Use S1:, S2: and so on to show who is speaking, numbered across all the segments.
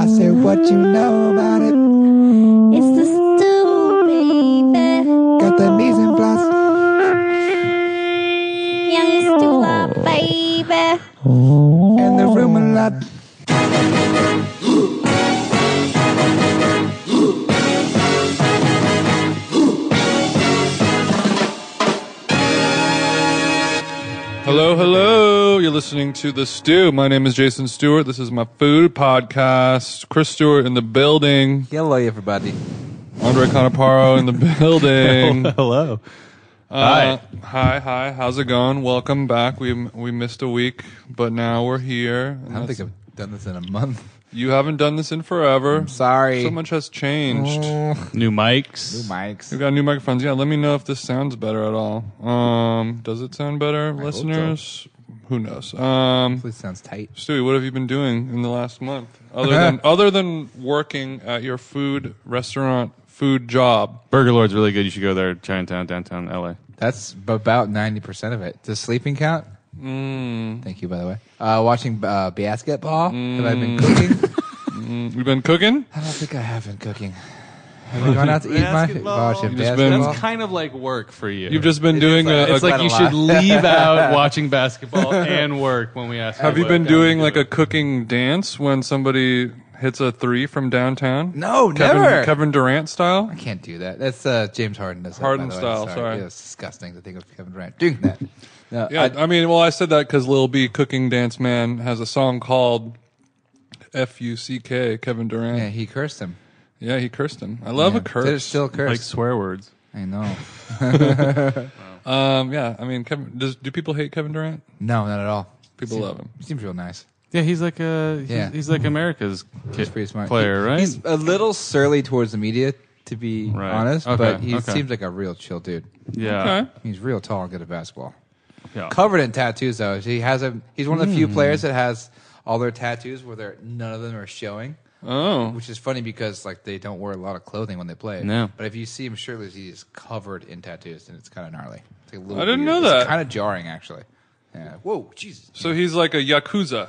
S1: I said, what you know about it?
S2: It's the stew, baby.
S1: Got the mise en place.
S2: Young stew, baby.
S1: And the room a lot.
S3: Hello, hello. You're listening to The Stew. My name is Jason Stewart. This is my food podcast. Chris Stewart in the building.
S4: Hello, everybody.
S3: Andre Conaparo in the building.
S5: Hello.
S3: Uh, hi, hi. How's it going? Welcome back. We we missed a week, but now we're here.
S4: I don't think I've done this in a month.
S3: you haven't done this in forever.
S4: Sorry. Mm.
S3: So much has changed.
S5: New mics.
S4: Mics.
S3: We've got new microphones. Yeah, let me know if this sounds better at all. Um, does it sound better,
S4: so.
S3: listeners? Who knows? Um,
S4: This sounds tight.
S3: Stewie, what have you been doing in the last month other than other than working at your food restaurant food job?
S5: Burger Lord's really good. You should go there, Chinatown, downtown LA.
S4: That's b- about 90% of it. Does sleeping count? Mm. Thank you, by the way. Uh, watching uh, basketball. Have I
S3: Mm.
S4: been cooking?
S3: You've been cooking.
S4: I don't think I have been cooking. Have I gone out to eat my
S5: Basketball.
S4: watching
S3: You've just been-
S4: basketball?
S3: That's
S5: kind of like work for you.
S3: You've just been
S4: It
S3: doing
S4: is
S3: a.
S4: like-
S3: a-
S5: It's like
S4: quite
S5: you
S4: a
S5: should
S4: lot.
S5: leave out watching basketball and work when we ask.
S3: have you
S5: what
S3: been
S5: guys are
S3: doing like a cooking dance when somebody hits a three from downtown?
S4: No,
S3: Kevin,
S4: never.
S3: Kevin Durant style.
S4: I can't do that. That's uh, James Harden. Does that, by
S3: Harden
S4: the way.
S3: style, sorry.
S4: Yeah, it's disgusting to think of Kevin Durant doing that. No,
S3: Yeah, I, mean, well, I said that because Lil B, Cooking Dance Man, has a song called "F U C K." Kevin Durant.
S4: yeah, he cursed him.
S3: yeah, he cursed him. I love
S4: yeah.
S3: a curse.
S4: Did it still curse?
S5: Like swear words.
S4: I know.
S3: Um, yeah, I mean, Kevin. Does, do people hate Kevin Durant?
S4: No, not at all.
S3: People
S4: Seem-
S3: love him.
S4: Seems real nice.
S5: Yeah, he's like a he's,
S4: Yeah.
S5: he's like America's
S4: He's
S5: kid-
S4: pretty smart
S5: player,
S4: He-
S5: right?
S4: He's a little surly towards the media, to be
S5: Right.
S4: honest,
S5: Okay,
S4: but he
S5: okay.
S4: seems like a real chill dude.
S5: yeah.
S3: Okay.
S4: He's real tall and good at basketball.
S5: Yeah. Hmm.
S4: Covered in tattoos, though. He has a. He's one of the few players that has all their tattoos where they're, none of them are showing,
S3: Oh,
S4: which is funny because like they don't wear a lot of clothing when they play.
S5: No.
S4: But if you see him shirtless, he's covered in tattoos, and it's kind of gnarly. It's like a little
S3: I didn't
S4: weird.
S3: know that.
S4: It's kind of jarring, actually. Yeah. Whoa, Jesus!
S3: so he's like a yakuza.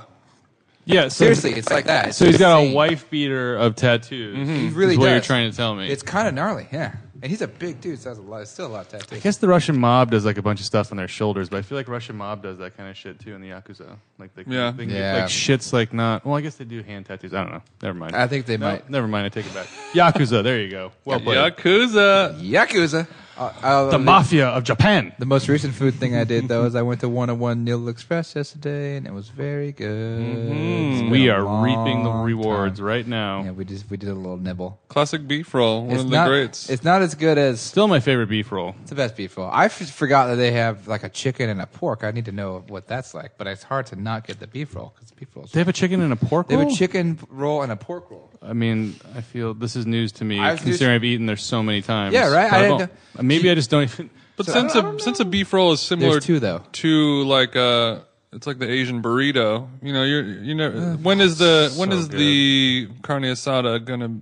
S5: Yeah. So,
S4: Seriously, it's like that. It's
S5: So he's got a
S4: insane.
S5: wife beater of tattoos.
S4: He really
S5: is what
S4: does.
S5: you're trying to tell me.
S4: It's kind of gnarly, yeah. And he's a big dude, so that's a lot. It's still a lot of tattoos.
S5: I guess the Russian mob does like a bunch of stuff on their shoulders, but I feel like Russian mob does that kind of shit too in the yakuza. Like they,
S3: Yeah.
S5: they can get,
S4: Yeah.
S5: like shit's like not. Well, I guess they do hand tattoos. I don't know. Never mind.
S4: I think they
S5: No,
S4: might.
S5: Never mind. I take it back. Yakuza. There you go. Well played.
S3: Yakuza.
S4: Yakuza. Uh, uh,
S5: the mafia of Japan.
S4: The most recent food thing I did though is I went to 101 Neil Express yesterday, and it was very good.
S3: Mm-hmm.
S4: It's been
S5: We
S4: a
S5: are reaping the
S4: long
S5: rewards
S4: time.
S5: right now.
S4: Yeah, we just we did a little nibble.
S3: Classic beef roll. One
S4: it's
S3: of the
S4: not
S3: greats.
S4: it's not as good as
S5: Still my favorite beef roll.
S4: it's the best beef roll. I f- forgot that they have like a chicken and a pork. I need to know what that's like, but it's hard to not get the beef roll because beef rolls.
S5: They have a chicken and a pork
S4: They
S5: roll.
S4: have a chicken roll and a pork roll.
S5: I mean, I feel this is news to me,
S4: I was
S5: considering I've eaten there so many times.
S4: Yeah, right?
S5: But
S4: I
S5: I
S4: didn't
S5: don't- maybe I just don't even.
S3: but
S4: so I
S3: since a since a beef roll is similar
S4: There's two, though.
S3: to like uh it's like the Asian burrito. You know, you're you know when is the when
S5: so
S3: is the carne asada gonna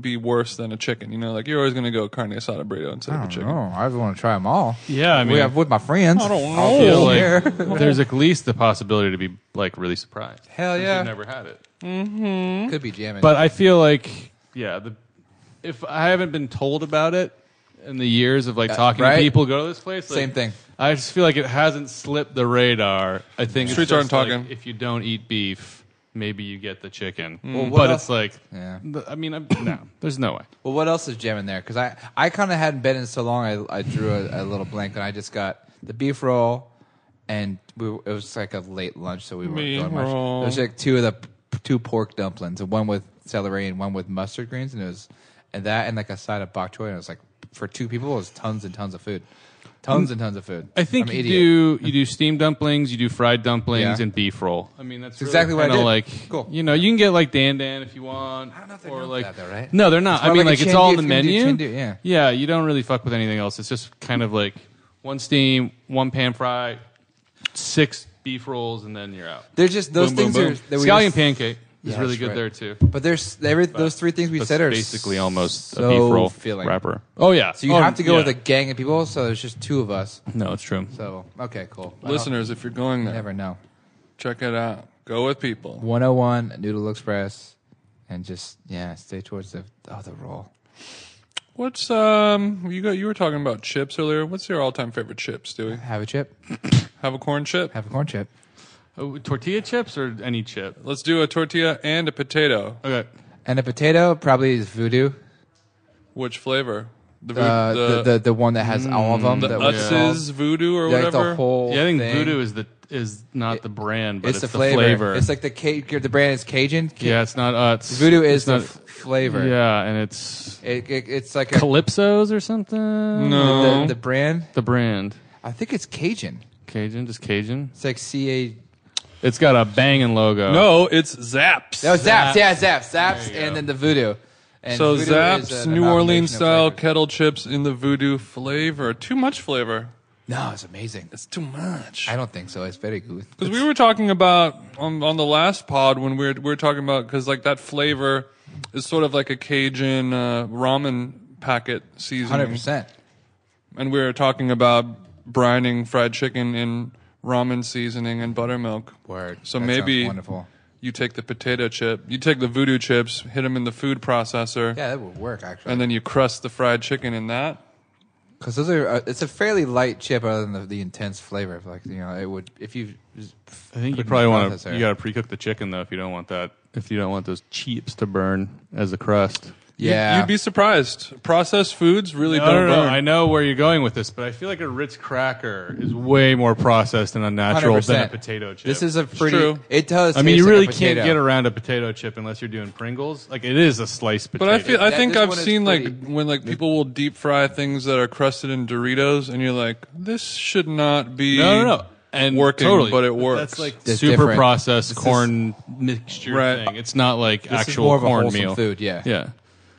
S3: be worse than a chicken? You know, like you're always gonna go carne asada burrito instead of a chicken.
S4: Oh, I want to try them all.
S5: Yeah, I mean,
S4: we have with my friends. I
S3: don't
S5: I feel
S3: Oh,
S5: like
S4: here.
S5: there's at least the possibility to be like really surprised.
S4: Hell
S5: Since
S4: yeah.
S5: I've never had it.
S4: Could be jamming.
S5: But I feel like yeah, the if I haven't been told about it in the years of like talking
S4: Uh, right?
S5: to people, go to this place. like,
S4: Same thing.
S5: I just feel like it hasn't slipped the radar. I think it's
S3: Streets
S5: just,
S3: aren't
S5: like,
S3: talking.
S5: if you don't eat beef, maybe you get the chicken.
S4: Mm. what
S5: but
S4: else-
S5: it's like,
S4: Yeah.
S5: th- I mean, I'm, no, there's no way.
S4: well, what else is jamming there? Because I, I kind of hadn't been in so long. I, I drew a, a little blank, and I just got the beef roll, and we, were- it was like a late lunch, so we weren't
S3: Beef
S4: doing much.
S3: roll.
S4: There was like two of the p- two pork dumplings, and one with celery and one with mustard greens, and it was and that and like a side of bok choy, and it was like for two people, it was tons and tons of food, tons and tons of food.
S5: I think
S4: I'm an
S5: you
S4: idiot.
S5: do you do steamed dumplings, you do fried dumplings,
S4: Yeah.
S5: and beef roll. I mean, that's
S4: exactly what I
S5: kinda
S4: did.
S5: Like,
S4: Cool.
S5: You know, you can get like dan dan if you want. I
S4: don't know if they're known for that, though, right?
S5: No, they're not.
S4: It's
S5: I
S4: more
S5: mean,
S4: like
S5: like,
S4: a
S5: it's all
S4: Chindu,
S5: in the
S4: Chindu,
S5: menu.
S4: Chindu, yeah.
S5: yeah, you don't really fuck with anything else. It's just kind of like one steam, one pan fry, six beef rolls, and then you're out.
S4: They're just those
S5: Boom, boom,
S4: things
S5: boom.
S4: are that we
S5: scallion
S4: just-
S5: pancake is
S4: Yeah,
S5: really
S4: that's
S5: good
S4: right.
S5: there too.
S4: But there's every, those three things we
S5: That's
S4: said are
S5: basically almost
S4: so
S5: a beef roll
S4: filling.
S5: wrapper. Oh yeah.
S4: So you
S5: Oh,
S4: have to go
S5: yeah.
S4: with a gang of people. So there's just two of us.
S5: No, it's true.
S4: So okay, cool. I don't-
S3: Listeners, if you're going there,
S4: never know.
S3: check it out. Go with people.
S4: 101 Noodle Express, and just yeah, stay towards the oh the roll.
S3: What's um? You got you were talking about chips earlier. What's your all-time favorite chips, Dewey?
S4: Have a chip,
S3: Have a corn chip.
S4: have a corn chip.
S5: Oh, tortilla chips or any chip?
S3: Let's do a tortilla and a potato.
S5: Okay.
S4: And a potato probably is voodoo.
S3: Which flavor? The vo-
S4: Uh, the, the, the one that
S5: mm,
S4: has all of them.
S3: the
S4: that we call-
S3: Utz's voodoo or
S4: like
S3: whatever.
S4: the whole.
S5: Yeah, I think
S4: thing.
S5: voodoo is the is not the brand, but
S4: It's,
S5: it's,
S4: the, flavor.
S5: flavor.
S4: It's like the ca- the brand is Cajun. Ca-
S5: yeah, it's not Utz.
S4: Voodoo
S5: It's
S4: is the
S5: not-
S4: f- flavor.
S5: Yeah, and it's
S4: It, it, it's like a,
S5: Calypso's or something.
S3: No.
S4: the, the brand.
S5: the brand
S4: I think it's Cajun.
S5: Cajun, just Cajun.
S4: It's like C A.
S5: It's got a banging logo.
S3: no, it's Zaps.
S4: No, Zaps.
S5: Zaps.
S4: Yeah, Zaps. Zaps, and then the voodoo. And
S3: so
S4: voodoo is
S3: Zaps,
S4: an
S3: New Orleans
S4: amalgamation of
S3: style
S4: flavors.
S3: kettle chips in the voodoo flavor. Too much flavor.
S4: No, it's amazing.
S3: It's too much.
S4: I don't think so. It's very good.
S3: Because we were talking about on, on the last pod when we were, we were talking about because like that flavor is sort of like a Cajun uh, ramen packet seasoning,
S4: Hundred percent.
S3: and we were talking about brining fried chicken in ramen seasoning and buttermilk.
S4: Word.
S3: So
S4: That sounds
S3: maybe
S4: wonderful.
S3: you take the potato chip, you take the voodoo chips, hit them in the food processor,
S4: Yeah, that would work actually.
S3: and then you crust the fried chicken in that.
S4: Because those are, uh, it's a fairly light chip other than the, the intense flavor. Like you know, it would if you. Just,
S5: I think you
S4: Put in
S5: probably
S4: the
S5: want to.
S4: processor.
S5: You got to pre-cook the chicken though if you don't want that. If you don't want those chips to burn as a crust.
S3: You'd-
S4: yeah,
S3: you'd, be surprised. Processed foods really
S5: No,
S3: don't
S5: no, no,
S3: burn.
S5: I know where you're going with this, but I feel like a Ritz cracker is way more processed and unnatural than a
S4: 100%.
S5: potato chip.
S4: This is a pretty.
S3: true.
S4: It does.
S5: I mean,
S4: taste
S5: you
S4: like a
S5: really
S4: potato.
S5: can't get around a potato chip unless you're doing Pringles. Like it is a sliced potato.
S3: But I feel I
S4: That-
S3: think
S4: this
S3: I've
S4: one is
S3: seen like
S4: pretty-
S3: when like people will deep fry things that are crusted in Doritos, and you're like, this should not be
S5: no, no, no, and
S3: working,
S5: totally,
S3: but it works.
S5: That's like
S4: That's
S5: super
S4: different.
S5: processed
S4: This is-
S5: corn mixture
S3: Right.
S5: thing. It's not like
S4: This
S5: actual
S4: is more of a
S5: corn
S4: wholesome
S5: meal.
S4: food. Yeah.
S5: Yeah,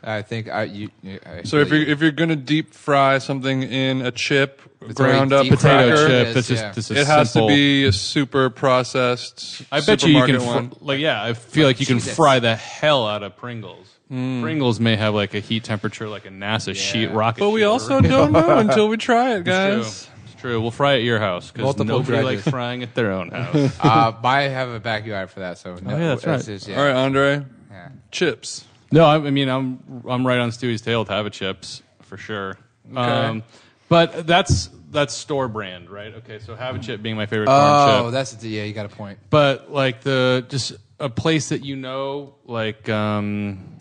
S4: I think I you. you- I
S3: so if
S4: feel
S3: you're
S4: you.
S3: if you're gonna deep fry something in a chip, ground up
S4: already deep fried.
S5: potato
S3: cracker,
S5: chip.
S4: Yes,
S5: that's just
S4: yeah.
S5: this is
S3: it has
S5: simple.
S3: to be a super processed.
S5: I bet you you can
S3: supermarket
S5: fr-
S3: one.
S5: like yeah. I feel like you can
S4: Jesus. Mm.
S5: fry the hell out of Pringles. Pringles may have like a heat temperature like a NASA sheet rocket.
S3: But we
S5: ship
S3: also
S5: or-
S3: don't know until we try it,
S5: True.
S3: guys.
S5: It's true. We'll fry at your house because
S4: Multiple
S5: nobody
S4: grudges.
S5: likes frying at their own house.
S4: uh, I have a backyard for that. So no,
S5: yeah, that's
S4: it's
S5: right.
S4: just- yeah.
S3: All right, Andre,
S4: Yeah.
S3: chips.
S5: No, I, I mean I'm I'm right on Stewie's tail to have a chips for sure. Um, but that's that's store brand, right? Okay, so have a chip being my favorite corn
S4: Oh,
S5: chip.
S4: that's yeah. You got a point.
S5: but like the just a place that you know, like um,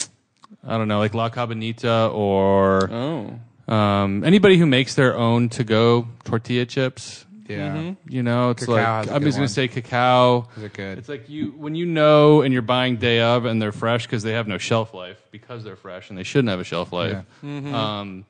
S5: I don't know, like La Cabanita or
S3: Oh,
S5: um, anybody who makes their own to go tortilla chips.
S4: Yeah.
S5: You know, it's
S4: Cacao has
S5: like
S4: a
S5: I'm
S4: good
S5: just gonna
S4: one.
S5: say cacao.
S4: Those are good.
S5: It's like you when you know and you're buying day of and they're fresh because they have no shelf life because they're fresh and they shouldn't have a shelf life. Um,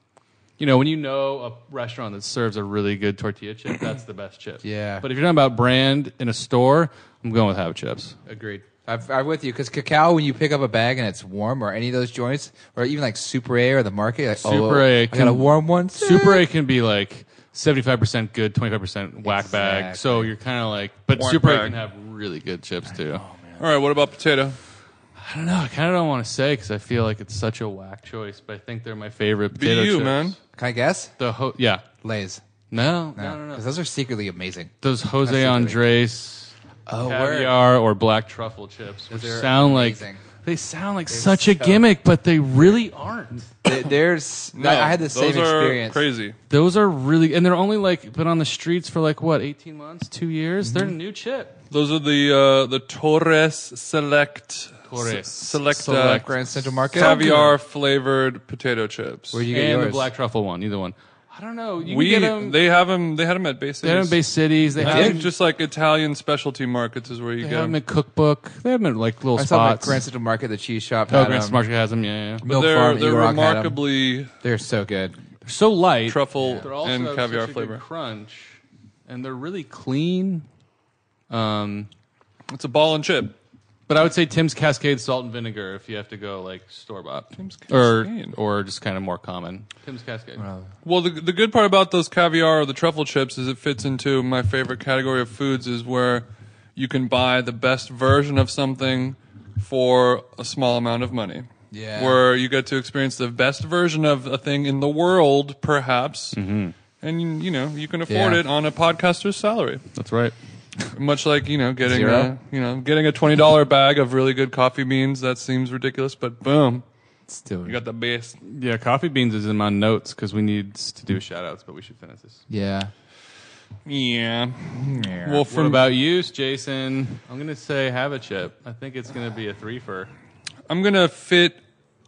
S5: you know, when you know a restaurant that serves a really good tortilla chip, that's the best chip.
S4: Yeah.
S5: But if you're talking about brand in a store, I'm going with Hava chips.
S4: Agreed. I've, I'm with you because cacao. When you pick up a bag and it's warm, or any of those joints, or even like Super A or the market, like, oh,
S5: Super A
S4: I got a
S5: can-
S4: warm one.
S5: Super A can be like 75% good, 25% whack bag.
S4: Exactly.
S5: So you're kind of like, but
S3: Whack
S5: Super
S3: bag.
S5: A can have really good chips too.
S3: all right. What about potato?
S5: I don't know. I kind of don't want to say because I feel like it's such a whack choice, but I think they're my favorite
S3: Be
S5: potato
S3: you,
S5: chips.
S3: man.
S4: Can I guess?
S5: The ho- yeah.
S4: Lay's.
S5: No, no, no, no.
S4: 'Cause those are secretly amazing.
S5: Those
S4: That's
S5: Jose
S4: the
S5: Andres
S4: Oh,
S5: caviar or black truffle chips, which
S4: They're
S5: sound
S4: amazing.
S5: like they sound like such a
S4: so-
S5: gimmick, but they really aren't.
S4: They- There's.
S3: No,
S4: I had the
S3: those
S4: same
S3: are
S4: experience.
S3: Crazy.
S5: Those are really, and they're only like been on the streets for like what, eighteen months, two years.
S4: Mm-hmm.
S5: They're a new chip.
S3: Those are the uh, the Torres Select
S5: Torres.
S3: S- Select,
S5: Select.
S3: uh,
S4: Grand Central Market.
S3: caviar flavored potato chips.
S4: Where you get
S5: and
S4: yours?
S5: the black truffle one, either one. I don't know. You
S3: we
S5: can get 'em-
S3: they have them they had them at Basics.
S5: they have them in base cities. They
S3: I
S5: have
S3: think
S5: them,
S3: just like Italian specialty markets is where you get
S5: they have them
S3: them.
S5: in cookbook. They have them in like little
S4: I saw them at
S5: spots.
S4: Grand Central Market, the cheese shop.
S5: oh,
S4: had
S5: Grand
S4: them.
S5: Market has them. Yeah, yeah.
S4: Milk
S3: they're
S4: Farm at
S3: they're
S4: Yurok had 'em.
S3: remarkably
S4: They're so good.
S5: They're so light.
S3: truffle
S5: They're also
S3: and
S5: have
S3: caviar
S5: such a good
S3: flavor.
S5: crunch, and they're really clean. Um,
S3: It's a ball and chip.
S5: but I would say Tim's Cascade salt and vinegar if you have to go like store bought,
S3: Tim's
S5: or
S3: Cascade.
S5: or just kind of more common. Tim's Cascade.
S3: Well, the the good part about those caviar or the truffle chips is it fits into my favorite category of foods is where you can buy the best version of something for a small amount of money.
S4: Yeah.
S3: Where you get to experience the best version of a thing in the world, perhaps. And you know you can afford
S4: Mm-hmm. Yeah.
S3: it on a podcaster's salary.
S5: That's right.
S3: Much like you know getting
S4: Zero?
S3: a, you know getting a twenty dollar bag of really good coffee beans. That seems ridiculous, but boom,
S4: Still,
S3: you got the best.
S5: Yeah, coffee beans is in my notes because we need s- to do shout outs, but we should finish this.
S4: yeah.
S3: Yeah. Well,
S5: What
S3: for
S5: about you, Jason? I'm going to say have a chip. I think it's going to be a three for.
S3: I'm gonna fit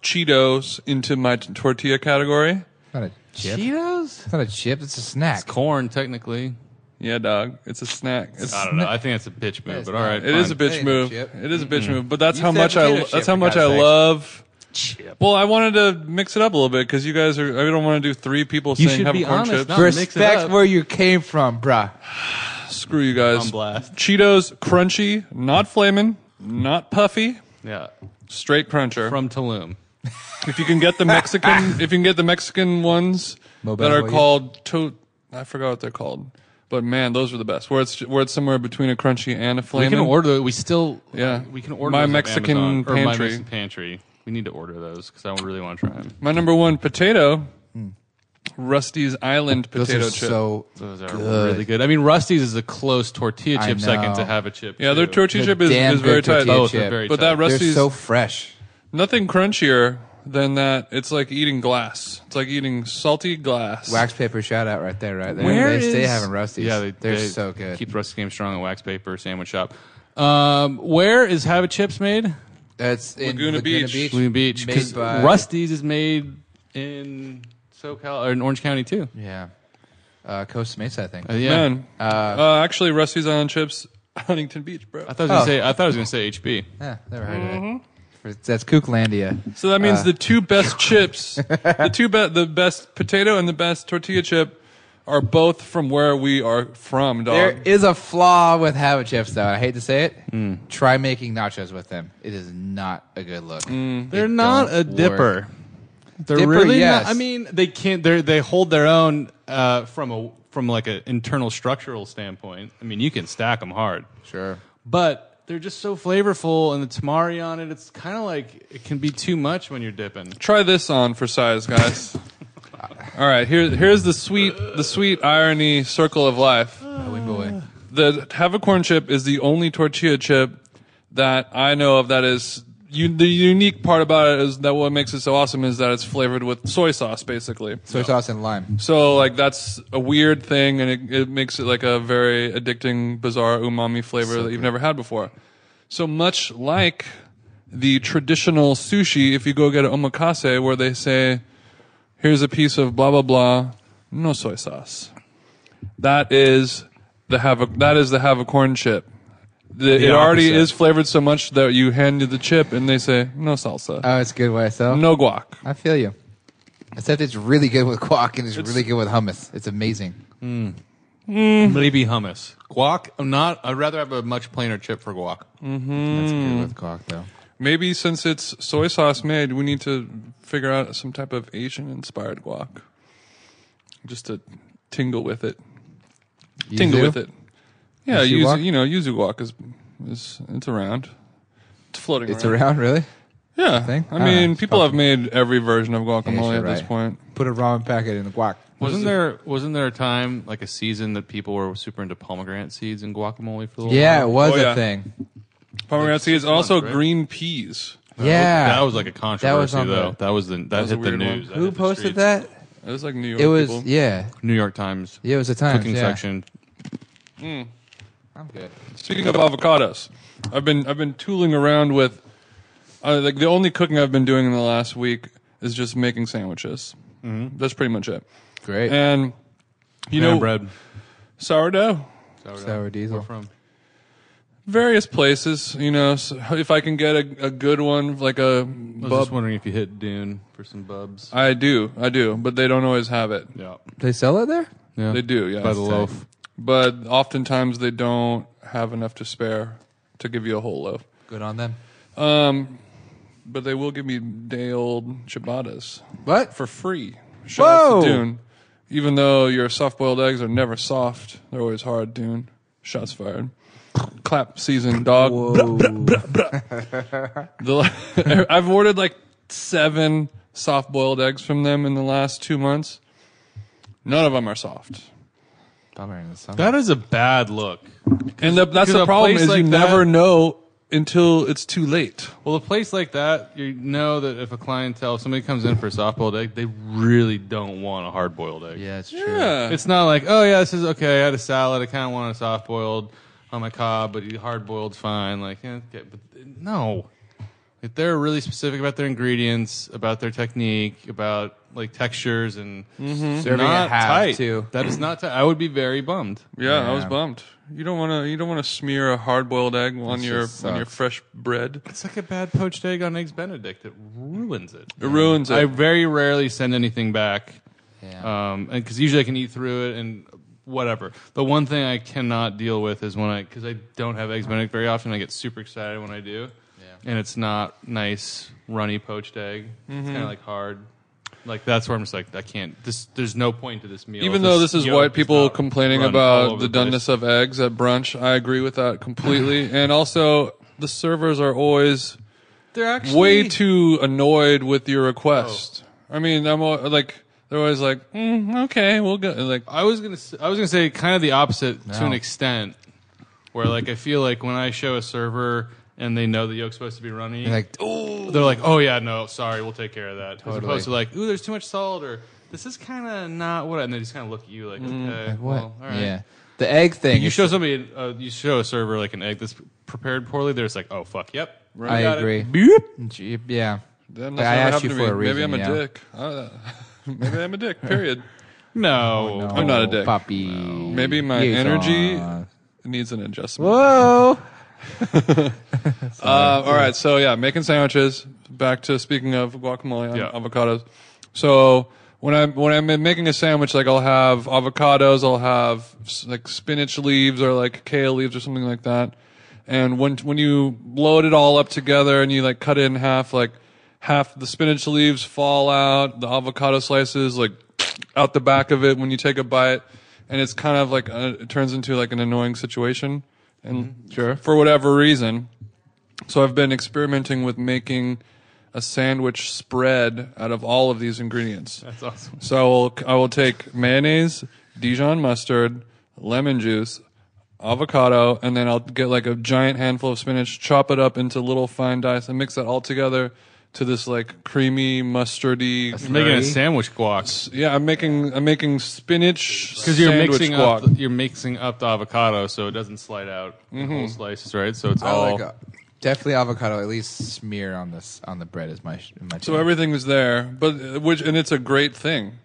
S3: Cheetos into my t- tortilla category.
S4: It's not a chip.
S5: Cheetos?
S4: It's not a chip. It's a snack.
S5: It's corn, technically.
S3: Yeah, dog. It's a snack. It's,
S5: I don't know. I think that's a bitch move,
S4: it's
S5: but all
S4: not.
S5: right.
S3: It is a
S5: fine.
S3: bitch
S4: Hey,
S3: move.
S4: chip.
S3: It is a bitch move. But that's
S4: You
S3: how
S4: said
S3: much I.
S4: potato chip,
S3: That's how
S4: for
S3: much I
S4: God's sakes.
S3: love. Well, I wanted to mix it up a little bit because you guys are. I don't want to do three people
S5: You
S3: saying
S5: should
S3: have
S5: be
S3: a corn
S5: honest,
S3: chips.
S5: not Mix it
S4: Respect
S5: up.
S4: where you came from, bruh.
S3: Screw you guys.
S5: On blast.
S3: Cheetos crunchy, not flamin', not puffy,
S5: Yeah.
S3: straight cruncher.
S5: From Tulum.
S3: if you can get the Mexican, if you can get the Mexican ones
S4: Mobile
S3: that are
S4: Hoya.
S3: called to, I forgot what they're called, but man, those are the best. Where it's where it's somewhere between a crunchy and a
S5: We
S3: flamin'.
S5: can order. We still. uh,
S3: Yeah.
S5: We can order
S3: My
S5: those off
S3: Mexican
S5: Amazon, or my
S3: pantry.
S5: Mexican pantry. We need to order those because I really want to try them.
S3: My number one potato, Rusty's Island
S4: Hmm. Those
S3: potato
S4: are
S3: chip.
S4: so.
S5: Those are
S4: Good.
S5: really good. I mean, Rusty's is a close tortilla
S4: I
S5: chip second to
S4: know.
S5: have a chip.
S3: yeah, their
S5: too.
S3: tortilla chip is,
S4: damn
S3: is very
S4: good
S3: tight.
S4: tortilla
S5: Both are
S4: chip.
S5: very
S3: But
S5: tight.
S3: that
S4: They're
S3: Rusty's
S4: so fresh.
S3: nothing crunchier than that. It's like eating glass. It's like eating salty glass.
S4: Wax paper shout out right there, right there.
S5: Where
S4: they stay
S5: is-
S4: having rusties.
S5: Yeah,
S4: they,
S5: they,
S4: are
S5: they
S4: so good.
S5: Keep Rusty Game strong at Wax Paper Sandwich Shop. Um, where is Have a Chips made?
S4: That's in
S3: Laguna Beach.
S5: Bloom Beach.
S4: Made
S5: Because
S4: by-
S5: Rusty's is made in SoCal or in Orange County too.
S4: Yeah, uh, Costa Mesa, I think.
S5: Uh, yeah.
S3: Man,
S4: Uh,
S3: uh, actually, Rusty's Island chips, Huntington Beach, bro.
S5: I thought I was gonna
S4: Oh.
S5: say. I thought I was gonna say HB.
S4: yeah, never heard of it. That's Kooklandia.
S3: So that means the two best chips, the two be- the best potato and the best tortilla chip, are both from where we are from, dog.
S4: There is a flaw with Hava chips, though. and I hate to say it. Try making nachos with them. It is not a good look.
S5: They're
S4: It
S5: not
S4: don't
S5: a
S4: work.
S5: dipper. They're
S4: Dipper,
S5: really
S4: yes.
S5: not. I mean, they can't. They they hold their own uh, from a from like an internal structural standpoint. I mean, you can stack them hard,
S4: Sure.
S5: but they're just so flavorful, and the tamari on it. It's kind of like it can be too much when you're dipping.
S3: Try this on for size, guys. All right, here, here's the sweet, the sweet irony circle of life.
S4: Wing boy.
S3: The have a corn chip is the only tortilla chip that I know of that is. You, the unique part about it is that what makes it so awesome is that it's flavored with soy sauce, basically.
S4: Soy sauce and lime.
S3: So like that's a weird thing, and it, it makes it like a very addicting, bizarre umami flavor that you've never had before. So much like the traditional sushi, if you go get an omakase, where they say, "Here's a piece of blah blah blah, no soy sauce," that is the have a, that is the have a corn chip. The, it already
S5: opposite.
S3: is flavored so much that you hand you the chip and they say no salsa,
S4: Oh, it's good with so.
S3: no guac.
S4: I feel you. Except it's really good with guac and it's, really good with hummus. It's amazing. Mm-hmm.
S5: Maybe hummus, guac. I'm not. I'd rather have a much plainer chip for guac.
S4: Mm-hmm. That's good with guac though.
S3: Maybe since it's soy sauce made, we need to figure out some type of Asian inspired guac. Just to tingle with it. Tingle
S4: Yuzu?
S3: with it. Yeah,
S4: Yuzu
S3: yuzu,
S4: guac?
S3: you know, yuzu guac is, is it's around. It's floating
S4: It's
S3: around.
S4: around, really.
S3: Yeah.
S4: thing? I
S3: I
S4: don't know,
S3: mean,
S4: it's
S3: people have made every version of guacamole
S4: you're
S3: at this
S4: right.
S3: point.
S4: Put a ramen packet in the guac.
S5: Wasn't there wasn't there a time like a season that people were super into pomegranate seeds and guacamole for a little
S4: Yeah, it was
S5: while?
S3: Oh,
S4: a
S3: yeah.
S4: thing.
S3: Pomegranate seeds, also
S5: right?
S3: green peas.
S4: Yeah,
S5: that was like a controversy
S4: on the-
S5: though. that was the that,
S3: was a
S5: hit the
S3: weird one.
S5: news. That
S4: Who
S5: hit the
S4: posted
S5: streets.
S4: that?
S3: It was like New York
S4: It was
S3: people.
S4: yeah,
S5: New York Times
S4: yeah. It was a time
S5: cooking section.
S4: I'm good.
S3: Speaking of avocados, I've been I've been tooling around with uh, like the only cooking I've been doing in the last week is just making sandwiches. Mm-hmm. That's pretty much it.
S4: Great.
S3: And you know,
S5: bread.
S3: sourdough,
S4: Sour diesel.
S5: From
S3: various places. You know, so if I can get a, a good one, like a
S5: I was just
S3: bub,
S5: wondering if you hit Dune for some bubs.
S3: I do, I do, but they don't always have it.
S5: yeah.
S4: They sell it there?
S5: yeah,
S3: They do, yeah.
S5: by the loaf.
S3: But oftentimes they don't have enough to spare to give you a whole loaf.
S4: Good on them.
S3: Um, but they will give me day old ciabattas.
S4: What?
S3: for free. Shout out to
S4: Whoa.
S3: Dune. Even though your soft boiled eggs are never soft, they're always hard, Dune. Shots fired. Clap season, dog. The- I've ordered like seven soft boiled eggs from them in the last two months. None of them are soft.
S4: Bummer in the summer.
S5: That is a bad look.
S3: And the, that's
S5: because
S3: the
S5: a
S3: problem
S5: place
S3: is you
S5: like that-
S3: never know until it's too late.
S5: Well, a place like that, you know that if a clientele, if somebody comes in for a soft-boiled egg, they really don't want a hard-boiled egg.
S4: yeah, it's true.
S3: Yeah.
S5: It's not like, oh yeah, this is okay. I had a salad. I kind of want a soft-boiled on my cob, but hard-boiled's fine. Like, yeah, okay, but no. If they're really specific about their ingredients, about their technique, about like textures and
S4: Mm-hmm. Serving
S5: not
S4: it half
S5: tight.
S4: too.
S5: That is not tight. I would be very bummed.
S3: yeah, I was
S4: Yeah.
S3: bummed. You don't want to. You don't want to smear a hard-boiled egg on
S4: This
S3: your
S4: just
S3: on your
S4: sucks.
S3: fresh bread.
S5: It's like a bad poached egg on eggs Benedict. It ruins it.
S3: It ruins it.
S5: I very rarely send anything back,
S4: Yeah.
S5: um, and because usually I can eat through it and whatever. The one thing I cannot deal with is when I because I don't have eggs Benedict very often. I get super excited when I do, and it's not nice runny poached egg. It's kind of like hard. Like that's where I'm just like I can't. This there's no point to this meal.
S3: Even though this is
S5: yolk
S3: white people
S5: not
S3: complaining
S5: run all
S3: about
S5: over
S3: the
S5: place.
S3: doneness of eggs at brunch, I agree with that completely. and also, the servers are always
S5: they're actually
S3: way too annoyed with your request.
S4: Oh.
S3: I mean, I'm al- like they're always like, mm, okay, we'll go. And Like,
S5: I was gonna s- I was gonna say kind of the opposite to
S4: No.
S5: an extent, where like I feel like when I show a server and they know the yolk's supposed to be runny,
S4: You're like,
S5: they're like, oh yeah, no, sorry, we'll take care of that. As
S4: Totally.
S5: opposed to like, ooh, there's too much salt, or this is kind of not what, I-" and they just kind of look at you like, okay,
S4: Mm, what?
S5: well, all right.
S4: oh, Yeah. The egg thing.
S5: You
S4: is-
S5: show somebody, uh, you show a server like an egg that's prepared poorly, they're just like, oh fuck, yep, right.
S4: I
S5: got it."
S4: agree. Gee, Yeah.
S3: that must
S4: Like, I
S3: never
S4: asked
S3: happen
S4: you
S3: to
S4: for
S3: me.
S4: a reason.
S3: Maybe I'm a
S4: yeah.
S3: dick. Uh, maybe I'm a dick. Period.
S5: No,
S4: Oh, No,
S3: I'm not a dick.
S4: Puppy.
S3: Maybe my
S4: He's
S3: energy
S4: on.
S3: needs an adjustment.
S4: Whoa.
S3: Uh, all right, so yeah, making sandwiches. Back to speaking of guacamole and
S5: Yeah.
S3: avocados. So when I'm when I'm making a sandwich, like I'll have avocados, I'll have s- like spinach leaves or like kale leaves or something like that. And when when you load it all up together and you like cut it in half, like half the spinach leaves fall out, the avocado slices like out the back of it when you take a bite, and it's kind of like uh it turns into like an annoying situation. And
S4: Sure.
S3: for whatever reason, so I've been experimenting with making a sandwich spread out of all of these ingredients.
S5: that's awesome.
S3: So I will, I will take mayonnaise, Dijon mustard, lemon juice, avocado, and then I'll get like a giant handful of spinach, chop it up into little fine dice, and mix that all together to this like creamy mustardy.
S5: You're making a sandwich guac.
S3: yeah, I'm making I'm making spinach
S5: Because you're
S3: sandwich
S5: mixing
S3: guac.
S5: up, the, you're mixing up the avocado so it doesn't slide out in whole slices, right? So it's
S4: Mm-hmm. I
S5: all
S3: Oh.
S4: like uh, definitely avocado. At least smear on this on the bread is my sh- my.
S3: So everything was there, but uh, which and it's a great thing.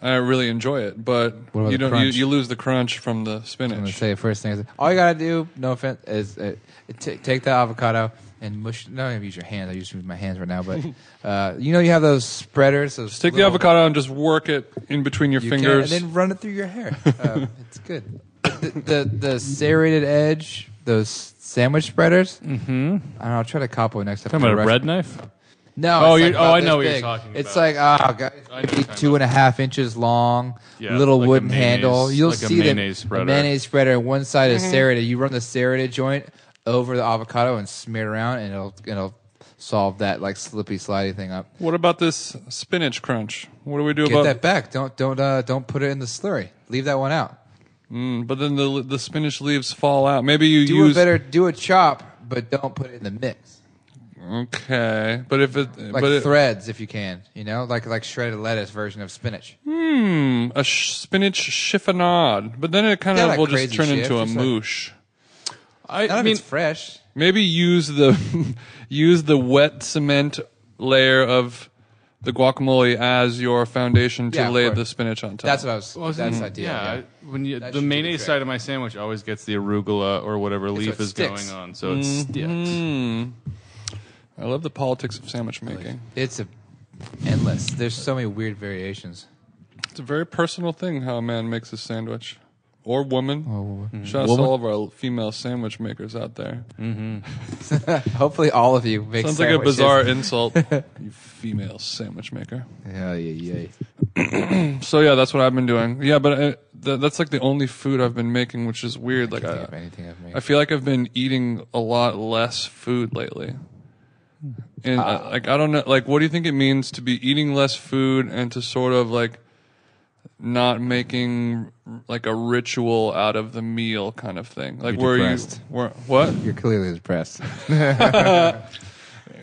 S3: I really enjoy it, but
S4: What about
S3: you
S4: the
S3: don't you,
S4: crunch?
S3: you lose the crunch from the
S4: I'm gonna
S3: spinach.
S4: say the first thing. Is, all you gotta do, no offense, is uh, t- take that avocado and mush. No, I use your hands. I use my hands right now, but uh, you know you have those spreaders. Those
S3: Take the
S4: little-
S3: avocado and just work it in between your
S4: you can-
S3: fingers.
S4: and then run it through your hair. Uh, it's good. The, the the serrated edge, those sandwich spreaders. Mm-hmm. I don't know. I'll try to copy next time.
S5: Talking about a bread knife?
S4: No.
S5: Oh,
S4: it's like
S5: you're-
S4: about
S5: oh, I
S4: this
S5: know what you're
S4: big.
S5: talking
S4: It's
S5: about.
S4: like oh, God,
S5: I know
S4: it's
S5: what you're
S4: two and a half inches long,
S5: Yeah,
S4: little
S5: like a
S4: wooden
S5: mayonnaise-
S4: handle. You'll
S5: like a
S4: see the
S5: mayonnaise
S4: a
S5: spreader.
S4: mayonnaise spreader. and One side is serrated. You run the serrated joint over the avocado and smear it around, and it'll it'll solve that like slippy slidey thing up.
S3: what about this spinach crunch? What do we do
S4: Get
S3: about?
S4: that back. Don't don't uh, don't put it in the slurry. Leave that one out.
S3: Mm, but then the the spinach leaves fall out. Maybe you
S4: Do
S3: use
S4: a better. Do a chop, but don't put it in the mix.
S3: okay, but if it
S4: Like
S3: but it-
S4: threads, if you can, you know, like like shredded lettuce version of spinach.
S3: mm, a sh- spinach chiffonade, but then it kind
S4: Yeah,
S3: of
S4: like
S3: will just
S4: crazy
S3: turn
S4: shit.
S3: into a
S4: Just like-
S3: moosh.
S5: I,
S4: Not
S5: I
S4: if
S5: mean,
S4: it's fresh.
S3: Maybe use the use the wet cement layer of the guacamole as your foundation to
S4: Yeah, of
S3: lay
S4: course.
S3: the spinach on top.
S4: That's what I was.
S5: well,
S4: that's
S5: mm,
S4: the idea.
S5: Yeah,
S4: yeah.
S5: I- when
S4: That
S5: you, the
S4: should do the
S5: mayonnaise
S4: trick.
S5: side of my sandwich always gets the arugula or whatever leaf
S4: it
S5: is
S4: sticks. Mm-hmm.
S5: going on, so it sticks.
S3: I love the politics of sandwich making.
S4: It's a endless. There's so many weird variations.
S3: It's a very personal thing how a man makes his sandwich. Or woman. Shout out to
S4: Oh, Woman?
S3: all of our female sandwich makers out there.
S4: Hopefully, all of you make
S3: Sounds like a
S4: sandwiches.
S3: bizarre insult. you female sandwich maker.
S4: Yeah, yeah, yeah.
S3: So yeah, that's what I've been doing. Yeah, but I, th- that's like the only food I've been making, which is weird. Like
S4: Can't think of
S3: I,
S4: anything I've made.
S3: Uh, I feel like I've been eating a lot less food lately. And uh, like I don't know, like what do you think it means to be eating less food and to sort of like not making like a ritual out of the meal kind of thing. Like
S4: You're
S3: where
S4: depressed.
S3: you where what?
S4: You're clearly depressed.